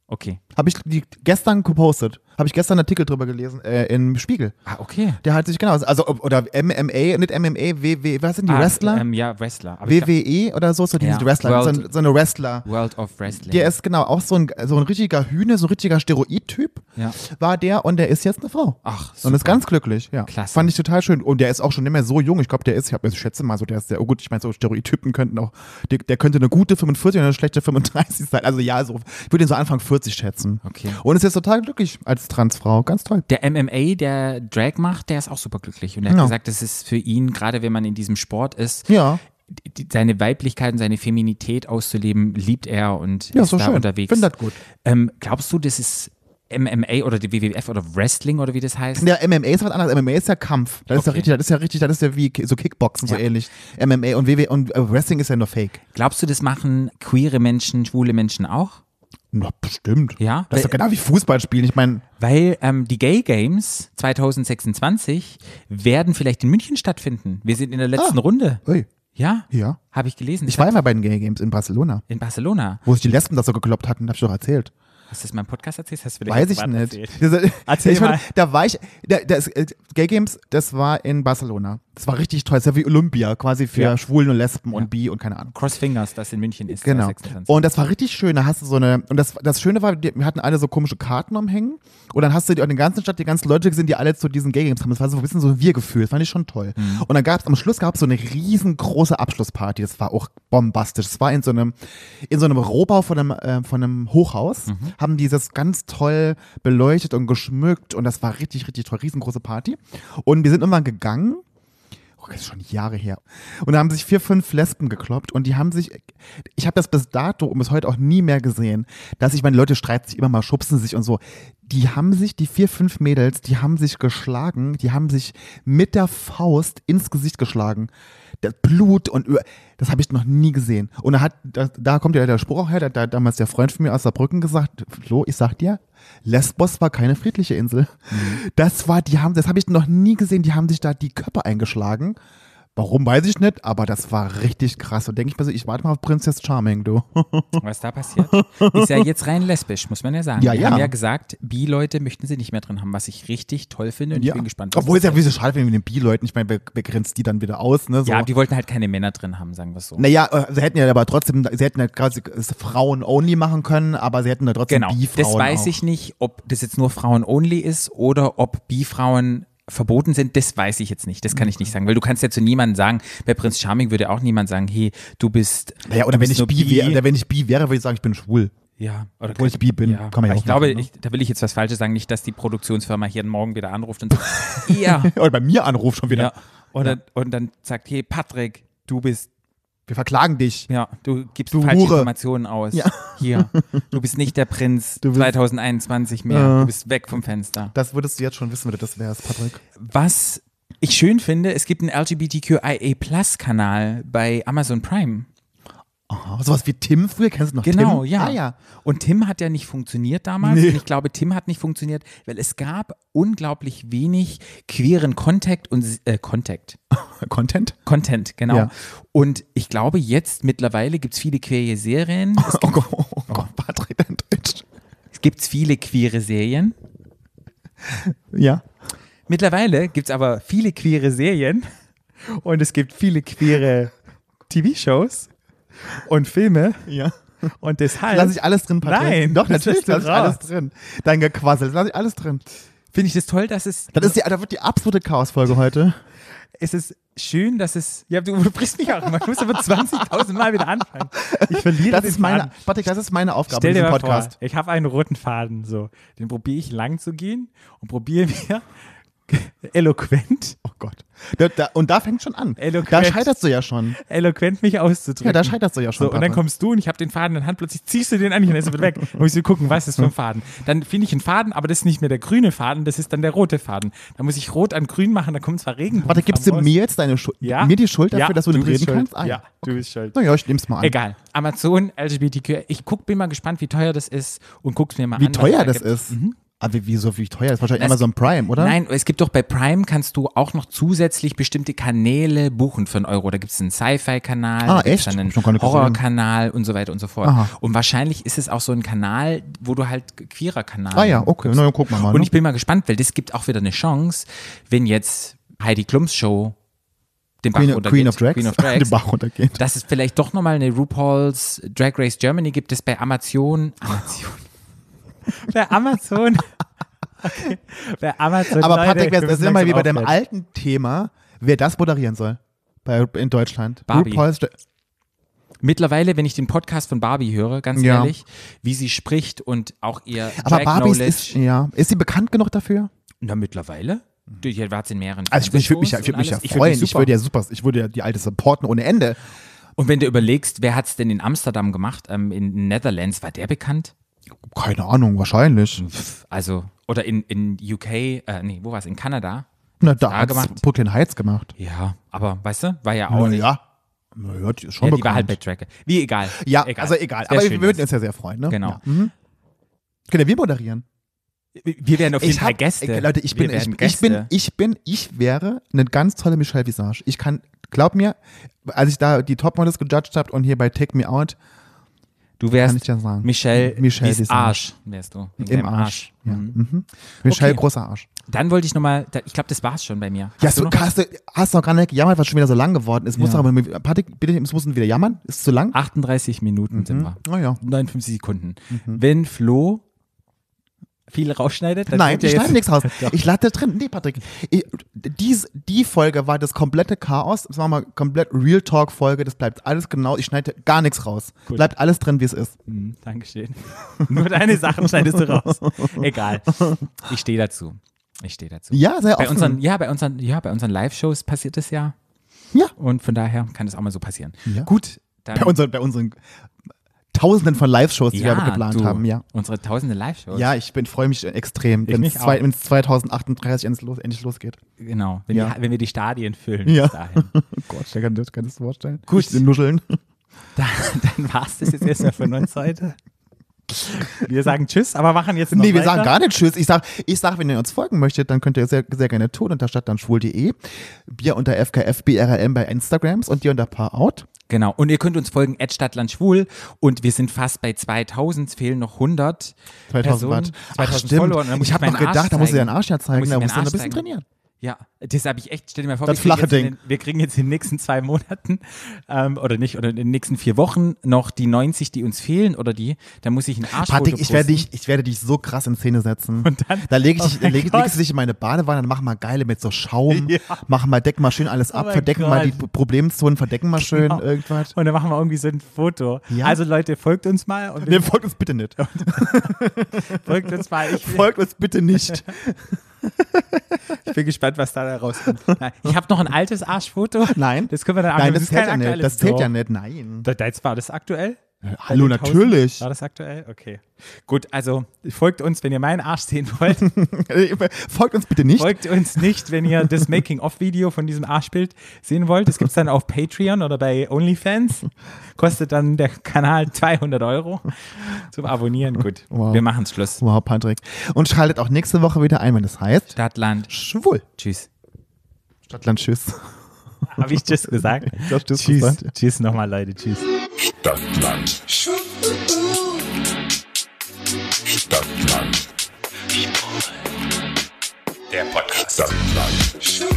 B: Okay.
A: Habe ich die, gestern gepostet. Habe ich gestern einen Artikel drüber gelesen, äh, im Spiegel.
B: Ah, okay.
A: Der hat sich genau, also ob- oder MMA, nicht MMA, WW, was sind die
B: ah,
A: Wrestler?
B: Ähm, ja, Wrestler. Aber ich glaub,
A: WWE oder so, so die
B: Ja,
A: Wrestler, so, ein-
B: World-
A: so eine Wrestler.
B: World of Wrestling.
A: Der ist genau auch so ein, so ein richtiger Hühne, so ein richtiger Steroid-Typ
B: Ja.
A: war der und der ist jetzt eine Frau.
B: Ach,
A: Und
B: super.
A: ist ganz glücklich, ja.
B: Klasse.
A: Fand ich total schön. Und der ist auch schon nicht mehr so jung. Ich glaube, der ist, ich, hab, ich schätze mal so, der ist der, oh gut, ich meine, so Stereotypen könnten auch, der, der könnte eine gute 45 und eine schlechte 35 sein. Also ja, so, ich würde ihn so Anfang 40 schätzen.
B: Okay.
A: Und ist jetzt total glücklich als Transfrau. Ganz toll.
B: Der MMA, der Drag macht, der ist auch superglücklich. Und er hat
A: Ja.
B: gesagt, das ist für ihn, gerade wenn man in diesem Sport ist,
A: Genau. Ja,
B: die- die, seine Weiblichkeit und seine Feminität auszuleben, liebt er und
A: ja,
B: ist
A: so
B: da
A: schön.
B: unterwegs.
A: Finde das gut.
B: ähm, glaubst du, das ist MMA oder die WWF oder Wrestling oder wie das heißt?
A: Ja, MMA ist was anderes. MMA ist ja Kampf. Das ist ja
B: Okay.
A: richtig, das ist ja richtig, das ist ja wie Ki- so Kickboxen, so ähnlich. MMA und WW und äh, Wrestling ist ja nur Fake.
B: Glaubst du, das machen queere Menschen, schwule Menschen auch?
A: Na, bestimmt.
B: Ja?
A: Das ist doch genau wie Fußball spielen. Ich meine,
B: Weil ähm, die Gay Games 2026 werden vielleicht in München stattfinden. Wir sind in der letzten
A: Ah.
B: Runde.
A: ui,
B: Ja?
A: Ja.
B: Habe ich gelesen.
A: ich war ja mal bei den Gay Games in Barcelona,
B: in Barcelona.
A: wo sich die Lesben das so gekloppt hatten, hab ich doch erzählt.
B: Hast du das in meinem Podcast erzählt? Hast du wieder
A: Weiß ich
B: privat
A: nicht.
B: erzählt?
A: Das-
B: Erzähl
A: ich fand-
B: mal.
A: Da war ich, da, das, äh, Gay Games, das war in Barcelona. Das war richtig toll. Das ist ja wie Olympia, quasi für
B: Ja.
A: Schwulen und Lesben und Bi und keine Ahnung.
B: Cross Fingers, das in München ist.
A: Genau.
B: 26.
A: Und das war richtig schön. Da hast du so eine. Und das, das Schöne war, die- wir hatten alle so komische Karten umhängen. Und dann hast du die in der ganzen Stadt die ganzen Leute gesehen, die alle zu diesen Gay Games haben. Das war so ein bisschen so ein Wir-Gefühl. Das fand ich schon toll. Und dann gab es am Schluss gab's so eine riesengroße Abschlussparty. Das war auch bombastisch. Das war in so einem, in so einem Rohbau von einem, äh, von einem Hochhaus. Haben die das ganz toll beleuchtet und geschmückt. Und das war richtig, richtig toll. Riesengroße Party. Und wir sind irgendwann gegangen. Oh, das ist schon Jahre her. Und da haben sich vier, fünf Lesben gekloppt und die haben sich, ich habe das bis dato und bis heute auch nie mehr gesehen, dass ich meine Leute streiten sich immer mal, schubsen sich und so. Die haben sich, die vier, fünf Mädels, die haben sich geschlagen, die haben sich mit der Faust ins Gesicht geschlagen. Das Blut und Ö- das habe ich noch nie gesehen. Und da hat, da, da kommt ja der Spruch auch her, da hat damals der Freund von mir aus Saarbrücken gesagt, Flo, ich sag dir, Lesbos war keine friedliche
B: Mhm.
A: Insel. Das war, die haben, das habe ich noch nie gesehen, die haben sich da die Köpfe eingeschlagen Warum weiß ich nicht, aber das war richtig krass. Und denke ich mir so, ich warte mal auf Princess Charming, du.
B: Was da passiert? Ist ja jetzt rein lesbisch, muss man ja sagen.
A: Ja,
B: Wir
A: ja.
B: haben ja gesagt, Bi-Leute möchten sie nicht mehr drin haben, was ich richtig toll finde und ich bin gespannt. was
A: Obwohl es
B: das
A: ja wie so schade wäre mit den Bi-Leuten. Ich meine, wer, wer grenzt die dann wieder aus, ne? So.
B: Ja, die wollten halt keine Männer drin haben, sagen wir es so.
A: naja, äh, sie hätten ja aber trotzdem, sie hätten ja quasi es Frauen-only machen können, aber sie hätten da trotzdem
B: Genau.
A: Bi-Frauen
B: Das weiß
A: auch.
B: ich nicht, ob das jetzt nur Frauen-only ist oder ob Bi-Frauen verboten sind, das weiß ich jetzt nicht. Das kann ich nicht sagen, weil du kannst ja zu niemandem sagen, bei Prinz Charming würde auch niemand sagen, hey, du bist
A: Naja,
B: du
A: oder wenn
B: bist
A: ich,
B: nur
A: bi Wäre, oder wenn ich Bi wäre, würde ich sagen, ich bin schwul.
B: Ja, oder
A: Obwohl ich bi bin, kann man ja
B: aber
A: auch
B: Ich glaube,
A: machen, ne?
B: ich, da will ich jetzt was Falsches sagen, nicht, dass die Produktionsfirma hier morgen wieder anruft und sagt, ja,
A: ne? Oder bei mir Anruf schon wieder.
B: ja. Und, Dann, und dann sagt, hey Patrick, du bist,
A: Wir verklagen dich.
B: ja, du gibst
A: Du
B: falsche
A: Hure.
B: Informationen aus.
A: Ja.
B: Hier, du bist nicht der Prinz
A: Du bist-
B: 2021 mehr,
A: Ja.
B: du bist weg vom Fenster.
A: Das würdest du jetzt schon wissen, wenn du das wärst, Patrick.
B: Was ich schön finde, es gibt einen LGBTQIA-Plus-Kanal bei Amazon Prime.
A: Oh, sowas wie Tim früher, kennst du noch
B: Genau,
A: Tim?
B: ja.
A: Ah, ja.
B: Und Tim hat ja nicht funktioniert damals.
A: Nee.
B: Und ich glaube, Tim hat nicht funktioniert, weil es gab unglaublich wenig queeren Contact und äh, Contact.
A: Content?
B: Content, genau.
A: Ja.
B: Und ich glaube, jetzt mittlerweile gibt es viele queere Serien. Es,
A: Oh Gott, oh Gott Patrick, dein Deutsch.
B: es gibt viele queere Serien.
A: Ja.
B: Mittlerweile gibt es aber viele queere Serien und es gibt viele queere TV-Shows und Filme.
A: Ja.
B: Und deshalb.
A: Lass ich alles drin, Patrick.
B: Nein,
A: Doch,
B: das
A: natürlich lass
B: lässt du
A: ich
B: raus.
A: alles drin. Dein Gequassel, das lass ich alles drin.
B: Finde ich das toll, dass es.
A: Das, ist die, das wird die absolute Chaosfolge heute.
B: es ist schön, dass es. Ja, du brichst mich auch immer. Ich muss aber 20.000 Mal wieder anfangen. Ich verliere
A: Das
B: den
A: ist meine,
B: Faden.
A: Patrick, das ist meine Aufgabe
B: Stell
A: in
B: dir
A: diesem
B: mal
A: Podcast.
B: vor, ich habe einen roten Faden, so. Den probiere ich lang zu gehen und probiere mir eloquent,
A: Oh Gott. Da, da, und da fängt schon an.
B: Eloquent.
A: Da scheiterst du ja schon.
B: eloquent mich auszudrücken.
A: Ja, da scheiterst du ja schon.
B: So, und dann
A: Patrick.
B: kommst du und ich habe den Faden in der Hand, plötzlich ziehst du den an und dann ist er wieder weg. Dann muss ich so gucken, was ist das für ein Faden. Dann finde ich einen Faden, aber das ist nicht mehr der grüne Faden, das ist dann der rote Faden. Dann muss ich rot an grün machen, dann kommt zwar Regenbogen.
A: Warte, gibst du mir jetzt deine Schuld,
B: ja?
A: mir die Schuld
B: Ja,
A: dafür, dass du, nicht
B: bist
A: reden
B: schuld.
A: kannst? Ah,
B: ja, du bist schuld.
A: Na ja, ich nehm's mal an.
B: Egal. Amazon, LGBTQ. Ich guck, bin mal gespannt, wie teuer das ist und guck's mir mal
A: Wie
B: an. was
A: teuer
B: da
A: das
B: gibt.
A: ist. Aber wie- wieso, wie teuer? Mhm. Das ist wahrscheinlich
B: Es-
A: Amazon Prime, oder?
B: Nein, es gibt doch bei Prime kannst du auch noch zusätzlich bestimmte Kanäle buchen für einen Euro. Da gibt es einen Sci-Fi-Kanal,
A: Ah,
B: da gibt's
A: echt?
B: dann
A: Hab schon gar
B: einen
A: nicht gesehen.
B: Horror-Kanal und so weiter und so fort.
A: Aha.
B: Und wahrscheinlich ist es auch so ein Kanal, wo du halt queerer Kanal.
A: Ah ja, okay. Na, dann gucken wir mal.
B: Und
A: ne?
B: ich bin mal gespannt, weil das gibt auch wieder eine Chance, wenn jetzt Heidi Klums Show den Bach
A: Queen,
B: runtergeht.
A: Queen of Drags,
B: Queen of Drags
A: den Bach runtergehen.
B: dass es vielleicht doch nochmal eine RuPaul's Drag Race Germany gibt, es bei Amazon. Amazon. bei Amazon. Okay. Bei Amazon.
A: Aber
B: Leute,
A: Patrick, das,
B: wir
A: das
B: müssen
A: ist immer wie bei
B: langsam
A: dem
B: aufhören.
A: alten Thema, wer das moderieren soll. Bei, in Deutschland.
B: Barbie.
A: RuPaul's Dra-
B: Mittlerweile, wenn ich den Podcast von Barbie höre, ganz
A: Ja.
B: ehrlich, wie sie spricht und auch ihr
A: Aber
B: Drag
A: Barbie ist-
B: Knowledge.
A: ist, ja. Ist sie bekannt genug dafür?
B: Na, mittlerweile? Die die war jetzt in mehreren
A: Also ich, ich würde mich, ja-
B: Fernsehshows
A: ich würd mich
B: und
A: ja
B: alles.
A: freuen.
B: find die
A: Ich
B: super.
A: würde ja super, ich würde ja die alte supporten ohne Ende.
B: und wenn du überlegst, wer hat's denn in Amsterdam gemacht, ähm, in Netherlands, war der bekannt?
A: Keine Ahnung, wahrscheinlich.
B: Pff, Also, oder in, in UK, äh, nee, wo war's? In Kanada?
A: Na, da
B: da
A: hat
B: gemacht?
A: Brooklyn Heights gemacht.
B: Ja, aber weißt du, war ja auch
A: Na
B: nicht.
A: ja. Na ja, die ist schon
B: Ja, die war halt
A: bekannt.
B: bei Tracker. Wie egal.
A: ja, also egal.
B: Sehr
A: Aber
B: schön
A: wir würden
B: ist.
A: uns ja sehr freuen, ne?
B: Genau.
A: Ja. Mhm. Können wir moderieren?
B: Wir werden auf jeden Fall
A: hab-
B: Gäste.
A: Ey, Leute, ich
B: Wir
A: bin, ich,
B: werden
A: ich bin, ich bin, ich wäre eine ganz tolle Michelle Visage. Ich kann, glaub mir, als ich da die Topmodels gejudged habe und hier bei Take Me Out,
B: du wärst
A: kann ich ja sagen.
B: Michelle,
A: Michelle
B: wie's
A: Visage.
B: Arsch wärst du.
A: im
B: In deinem
A: Arsch. Ja. Mhm. Michelle,
B: Okay.
A: großer Arsch.
B: Dann wollte ich nochmal, ich glaube, das war's schon bei mir.
A: Ja,
B: Hast
A: hast du,
B: noch was?
A: hast, du, hast du noch gar nicht gejammert, was schon wieder so lang geworden ist. Muss
B: Ja. Ah.
A: doch aber, Patrick, bitte, es muss wieder jammern. Ist zu lang? Hm? Ah,
B: 38 Minuten
A: Mhm.
B: sind wir.
A: Naja.
B: 59 Sekunden.
A: Mhm.
B: Wenn Flo viel rausschneidet, dann
A: Nein,
B: wird
A: ich
B: er
A: schneide
B: jetzt
A: nichts raus. Ich lade drin. Nee, Patrick. Ich, dies, die Folge war das komplette Chaos. Das war mal komplett Real Talk-Folge. Das bleibt alles genau. Ich schneide gar nichts raus.
B: Gut.
A: Bleibt alles drin, wie es ist.
B: Hm, Dankeschön. Nur deine Sachen schneidest du raus. Egal. Ich stehe dazu. Ich stehe dazu.
A: Ja, sehr
B: bei
A: offen.
B: unseren, ja, bei unseren, ja, bei unseren Live-Shows passiert das ja.
A: Ja.
B: Und von daher kann es auch mal so passieren.
A: Ja.
B: Gut, dann.
A: bei, unseren, bei unseren Tausenden von Live-Shows, die
B: ja,
A: wir geplant
B: du,
A: haben. Ja.
B: Unsere tausende Live-Shows.
A: Ja, ich bin freue mich extrem, wenn es
B: mich auch.
A: zwei- wenn es 2038 endlich los- endlich losgeht.
B: Genau. Wenn,
A: Ja.
B: Die, wenn wir die Stadien füllen
A: Ja.
B: bis dahin.
A: Oh Gott, ich kann, ich kann das vorstellen.
B: Gut.
A: Ich, nuscheln.
B: Dann, dann war es das jetzt erstmal von uns heute. Wir sagen Tschüss, aber machen jetzt noch
A: Nee, wir
B: weiter.
A: sagen gar nicht Tschüss. Ich sag, ich sag, wenn ihr uns folgen möchtet, dann könnt ihr sehr, sehr gerne tun unter stattdannschwul.de, Bier unter FKFBRLM bei Instagrams und dir unter Paarout.
B: Genau. Und ihr könnt uns folgen, Stadtland Schwul. Und wir sind fast bei 2000. Es fehlen noch 100.
A: 2000 Watt.
B: Personen,
A: Ach,
B: 2000
A: stimmt.
B: Follower. Und dann muss
A: Ich habe
B: meinen
A: noch
B: Arsch
A: gedacht, da musst du deinen Arsch ja zeigen,
B: muss ich
A: da
B: meinen
A: musst du ein
B: Arsch
A: bisschen
B: zeigen.
A: trainieren.
B: Ja, das habe ich echt, stell dir mal vor,
A: Das
B: wir kriegen
A: flache
B: jetzt in
A: Ding.
B: Den, wir kriegen jetzt in den nächsten zwei Monaten ähm, oder nicht, oder in den nächsten vier Wochen noch die 90, die uns fehlen oder die, da muss ich einen Arsch
A: Patrick, ich werde, dich, ich werde dich so krass in Szene setzen.
B: Und dann-
A: da lege ich, dich-
B: Oh mein
A: leg,
B: Gott.
A: legst du dich in meine Badewanne, dann mach mal geile mit so Schaum,
B: Ja. Oh
A: mach mal, deck mal schön alles ab,
B: mein
A: verdecken mal die
B: Gott.
A: P- Problemzonen, verdecken mal schön
B: Genau.
A: irgendwas.
B: Und dann machen wir irgendwie so ein Foto.
A: Ja.
B: Also Leute, folgt uns mal und
A: Nee, folgt uns bitte nicht.
B: folgt uns mal. Ich will-
A: Folgt uns bitte nicht.
B: Ich bin gespannt, was da rauskommt. Nein, Ich habe noch ein altes Arschfoto.
A: Nein.
B: Das können wir dann
A: Nein,
B: aber
A: das zählt
B: kein
A: ja nicht.
B: aktuelles
A: Das zählt
B: Foto.
A: ja nicht. Nein.
B: Da- da- jetzt War das aktuell?
A: Hallo,
B: Bei den
A: natürlich.
B: 1000? War das aktuell? Okay. Gut, also folgt uns, wenn ihr meinen Arsch sehen wollt.
A: Folgt uns bitte nicht.
B: Folgt uns nicht, wenn ihr das Making-of-Video von diesem Arschbild sehen wollt. Das gibt es dann auf Patreon oder bei OnlyFans. Kostet dann der Kanal 200 Euro zum Abonnieren. Gut,
A: Wow.
B: wir machen Schluss.
A: Wow, Patrick. Und schaltet auch nächste Woche wieder ein, wenn es heißt
B: Stadtland.
A: Schwul.
B: Tschüss.
A: Stadtland, tschüss.
B: Habe ich Tschüss gesagt?
A: Ich glaub, tschüss
B: tschüss.
A: gesagt, ja.
B: Tschüss nochmal, Leute. Tschüss.
C: Stadtland Stadtland Der Podcast Stadtland